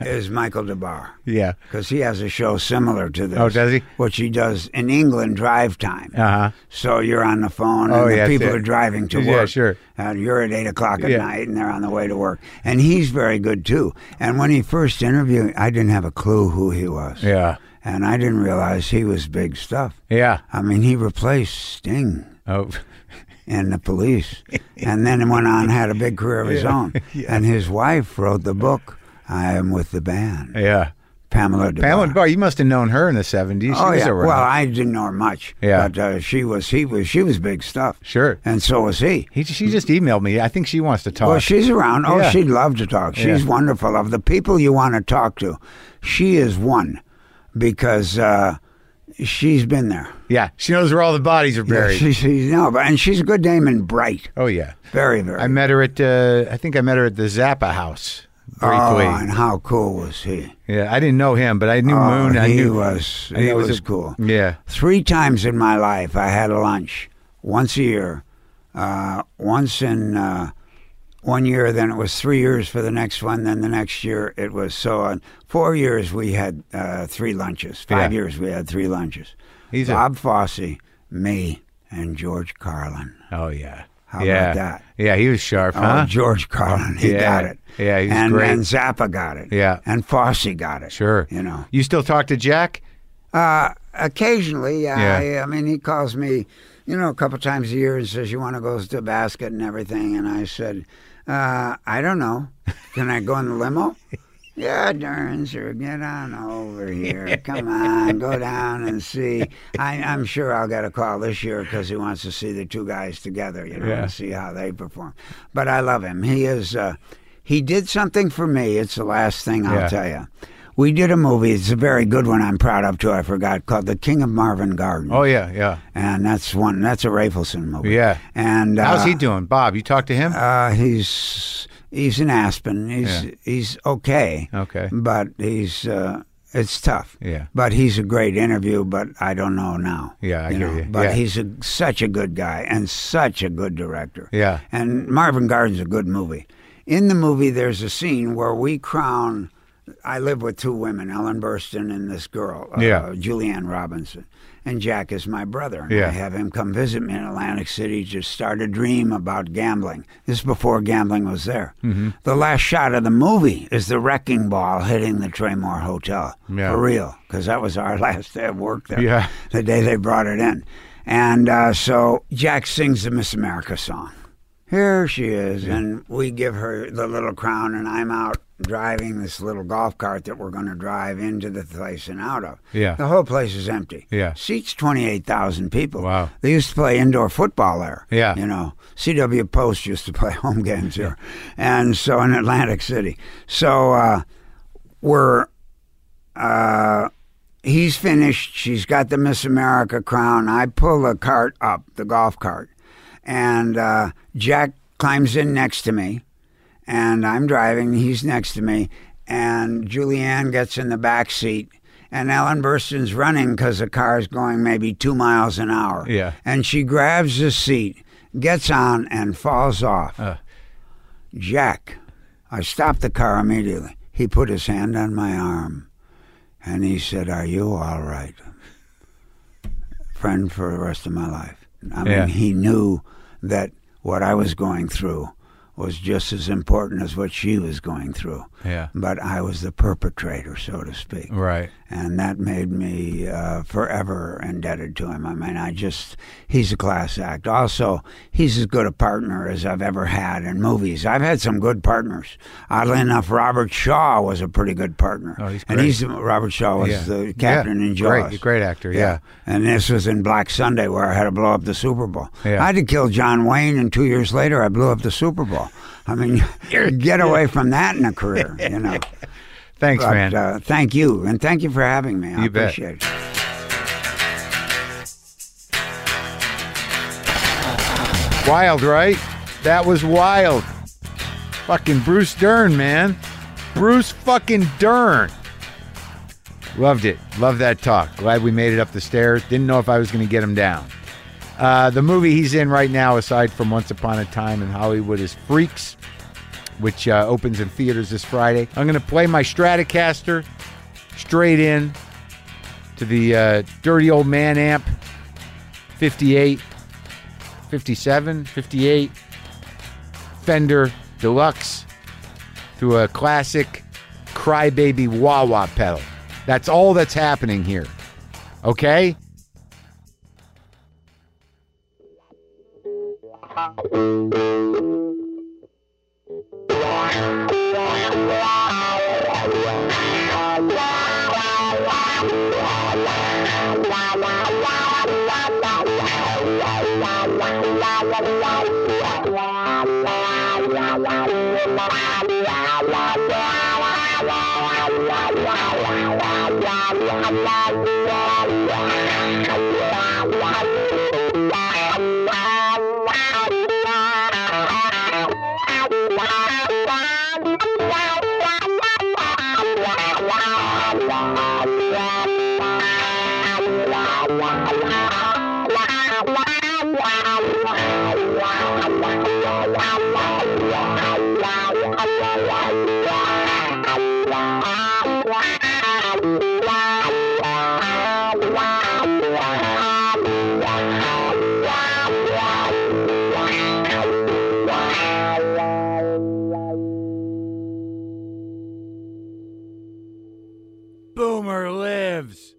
S1: is Michael DeBar
S2: yeah.
S1: because he has a show similar to this.
S2: Oh, does he?
S1: Which he does in England, drive time.
S2: Uh huh.
S1: So you're on the phone, and
S2: Oh,
S1: the
S2: yeah,
S1: people
S2: yeah.
S1: are driving to work.
S2: Yeah, sure.
S1: And you're at eight o'clock at
S2: Yeah.
S1: night, and they're on the way to work. And he's very good too. And when he first interviewed, I didn't have a clue who he was.
S2: Yeah.
S1: And I didn't realize he was big stuff.
S2: Yeah.
S1: I mean, he replaced Sting
S2: Oh,
S1: and the police, and then went on had a big career of his own. And his wife wrote the book. I am with the band.
S2: yeah.
S1: Pamela. DeBar.
S2: Pamela Bar, you must have known her in the 70s. She
S1: Oh
S2: was
S1: yeah.
S2: around.
S1: Well, I didn't know her much.
S2: Yeah.
S1: But uh, she was. He was. She was big stuff.
S2: sure.
S1: And so was he.
S2: He, she just emailed me. I think she wants to talk.
S1: Well, she's around. Oh,
S2: Yeah.
S1: she'd love to talk. She's wonderful. Of the people you want to talk to, she is one because uh, she's been there.
S2: yeah. She knows where all the bodies are
S1: Yeah,
S2: buried.
S1: She, she's no, but and she's a good name and bright.
S2: oh, yeah.
S1: Very, very.
S2: I met her at, uh, I think I met her at the Zappa house briefly.
S1: oh, and how cool was he?
S2: Yeah, I didn't know him, but I knew
S1: Oh,
S2: Moon. I
S1: he
S2: knew
S1: was.
S2: I knew
S1: he
S2: it
S1: was,
S2: was a-
S1: cool.
S2: Yeah,
S1: Three times in my life, I had a lunch once a year. Uh, once in uh, one year, then it was three years for the next one, then the next year it was so on. Four years we had uh, three lunches. Five
S2: Yeah.
S1: years we had three lunches.
S2: he's a,
S1: Bob Fosse, me, and George Carlin.
S2: oh yeah.
S1: How
S2: yeah.
S1: about that?
S2: Yeah, he was sharp,
S1: Oh,
S2: huh?
S1: George Carlin, he
S2: Yeah.
S1: got it.
S2: Yeah, he was
S1: and,
S2: great.
S1: and Zappa got it.
S2: Yeah.
S1: and Fosse got it.
S2: Sure.
S1: you know.
S2: You still talk to Jack?
S1: Uh, occasionally, yeah.
S2: Yeah.
S1: I, I mean, he calls me, you know, a couple times a year and says, "You want to go to the basket and everything?" And I said, uh, "I don't know. Can I go in the limo?" yeah, darn sure. Get on over here. Come on, go down and see. I, I'm sure I'll get a call this year because he wants to see the two guys together, you know,
S2: Yeah.
S1: and see how they perform. But I love him. He is. Uh, he did something for me. It's the last thing I'll
S2: Yeah.
S1: tell you. We did a movie. It's a very good one. I'm proud of too. I forgot called The King of Marvin Garden.
S2: Oh yeah, yeah,
S1: and that's one. That's a Rafelson movie.
S2: yeah.
S1: And uh,
S2: How's he doing, Bob? You talk to him?
S1: Uh, he's he's in Aspen. He's he's okay,
S2: okay.
S1: but he's uh, It's tough.
S2: Yeah.
S1: But he's a great interview, but I don't know now.
S2: Yeah, I
S1: you
S2: hear
S1: know.
S2: you.
S1: But
S2: Yeah.
S1: he's a, such a good guy and such a good director.
S2: Yeah.
S1: And Marvin Garden's a good movie. In the movie, there's a scene where we crown. I live with two women, Ellen Burstyn and this girl, uh,
S2: Yeah.
S1: Julianne Robinson. And Jack is my brother. And
S2: Yeah.
S1: I have him come visit me in Atlantic City to start a dream about gambling. This is before gambling was there.
S2: Mm-hmm.
S1: The last shot of the movie is the wrecking ball hitting the Tremor Hotel.
S2: Yeah.
S1: For real, because that was our last day of work there.
S2: Yeah.
S1: The day they brought it in. And uh, so Jack sings the Miss America song. Here she is. And we give her the little crown, and I'm out driving this little golf cart that we're going to drive into the place and out of.
S2: Yeah.
S1: The whole place is empty.
S2: Yeah.
S1: Seats 28,000 people.
S2: Wow.
S1: They used to play indoor football there.
S2: Yeah.
S1: You know, CW Post used to play home games here. And so in Atlantic City. So uh, we're uh, he's finished. She's got the Miss America crown. I pull the cart up, the golf cart, and uh, Jack climbs in next to me, and I'm driving. He's next to me, and Julianne gets in the back seat. And Ellen Burstyn's running because the car's going maybe two miles an hour.
S2: Yeah.
S1: And she grabs the seat, gets on, and falls off. Jack, I stopped the car immediately. He put his hand on my arm and he said, Are you all right? Friend for the rest of my life. I mean,
S2: Yeah.
S1: he knew that what I was going through was just as important as what she was going through.
S2: Yeah.
S1: But I was the perpetrator, so to speak
S2: Right.
S1: and that made me uh, forever indebted to him. I mean, I just, he's a class act. Also, he's as good a partner as I've ever had in movies. I've had some good partners. Oddly enough, Robert Shaw was a pretty good partner.
S2: Oh, he's
S1: And
S2: great.
S1: he's, Robert Shaw was
S2: Yeah.
S1: the captain
S2: Yeah.
S1: in Jaws.
S2: Great, great actor. Yeah.
S1: And this was in Black Sunday where I had to blow up the Super Bowl.
S2: Yeah.
S1: I had to kill John Wayne, and two years later, I blew up the Super Bowl. I mean, get away from that in a career, you know.
S2: Thanks,
S1: But,
S2: man.
S1: Uh, thank you, and thank you for having me. I
S2: You bet.
S1: appreciate it.
S2: Wild, right? That was wild. Fucking Bruce Dern, man. Bruce fucking Dern. Loved it. Loved that talk. Glad we made it up the stairs. Didn't know if I was going to get him down. Uh, the movie he's in right now, aside from Once Upon a Time in Hollywood, is Freaks, which uh, opens in theaters this Friday. I'm going to play my Stratocaster straight in to the uh, dirty old man amp 58. 57, 58 Fender Deluxe through a classic Crybaby Wah Wah pedal. That's all that's happening here. Okay? Boomer lives.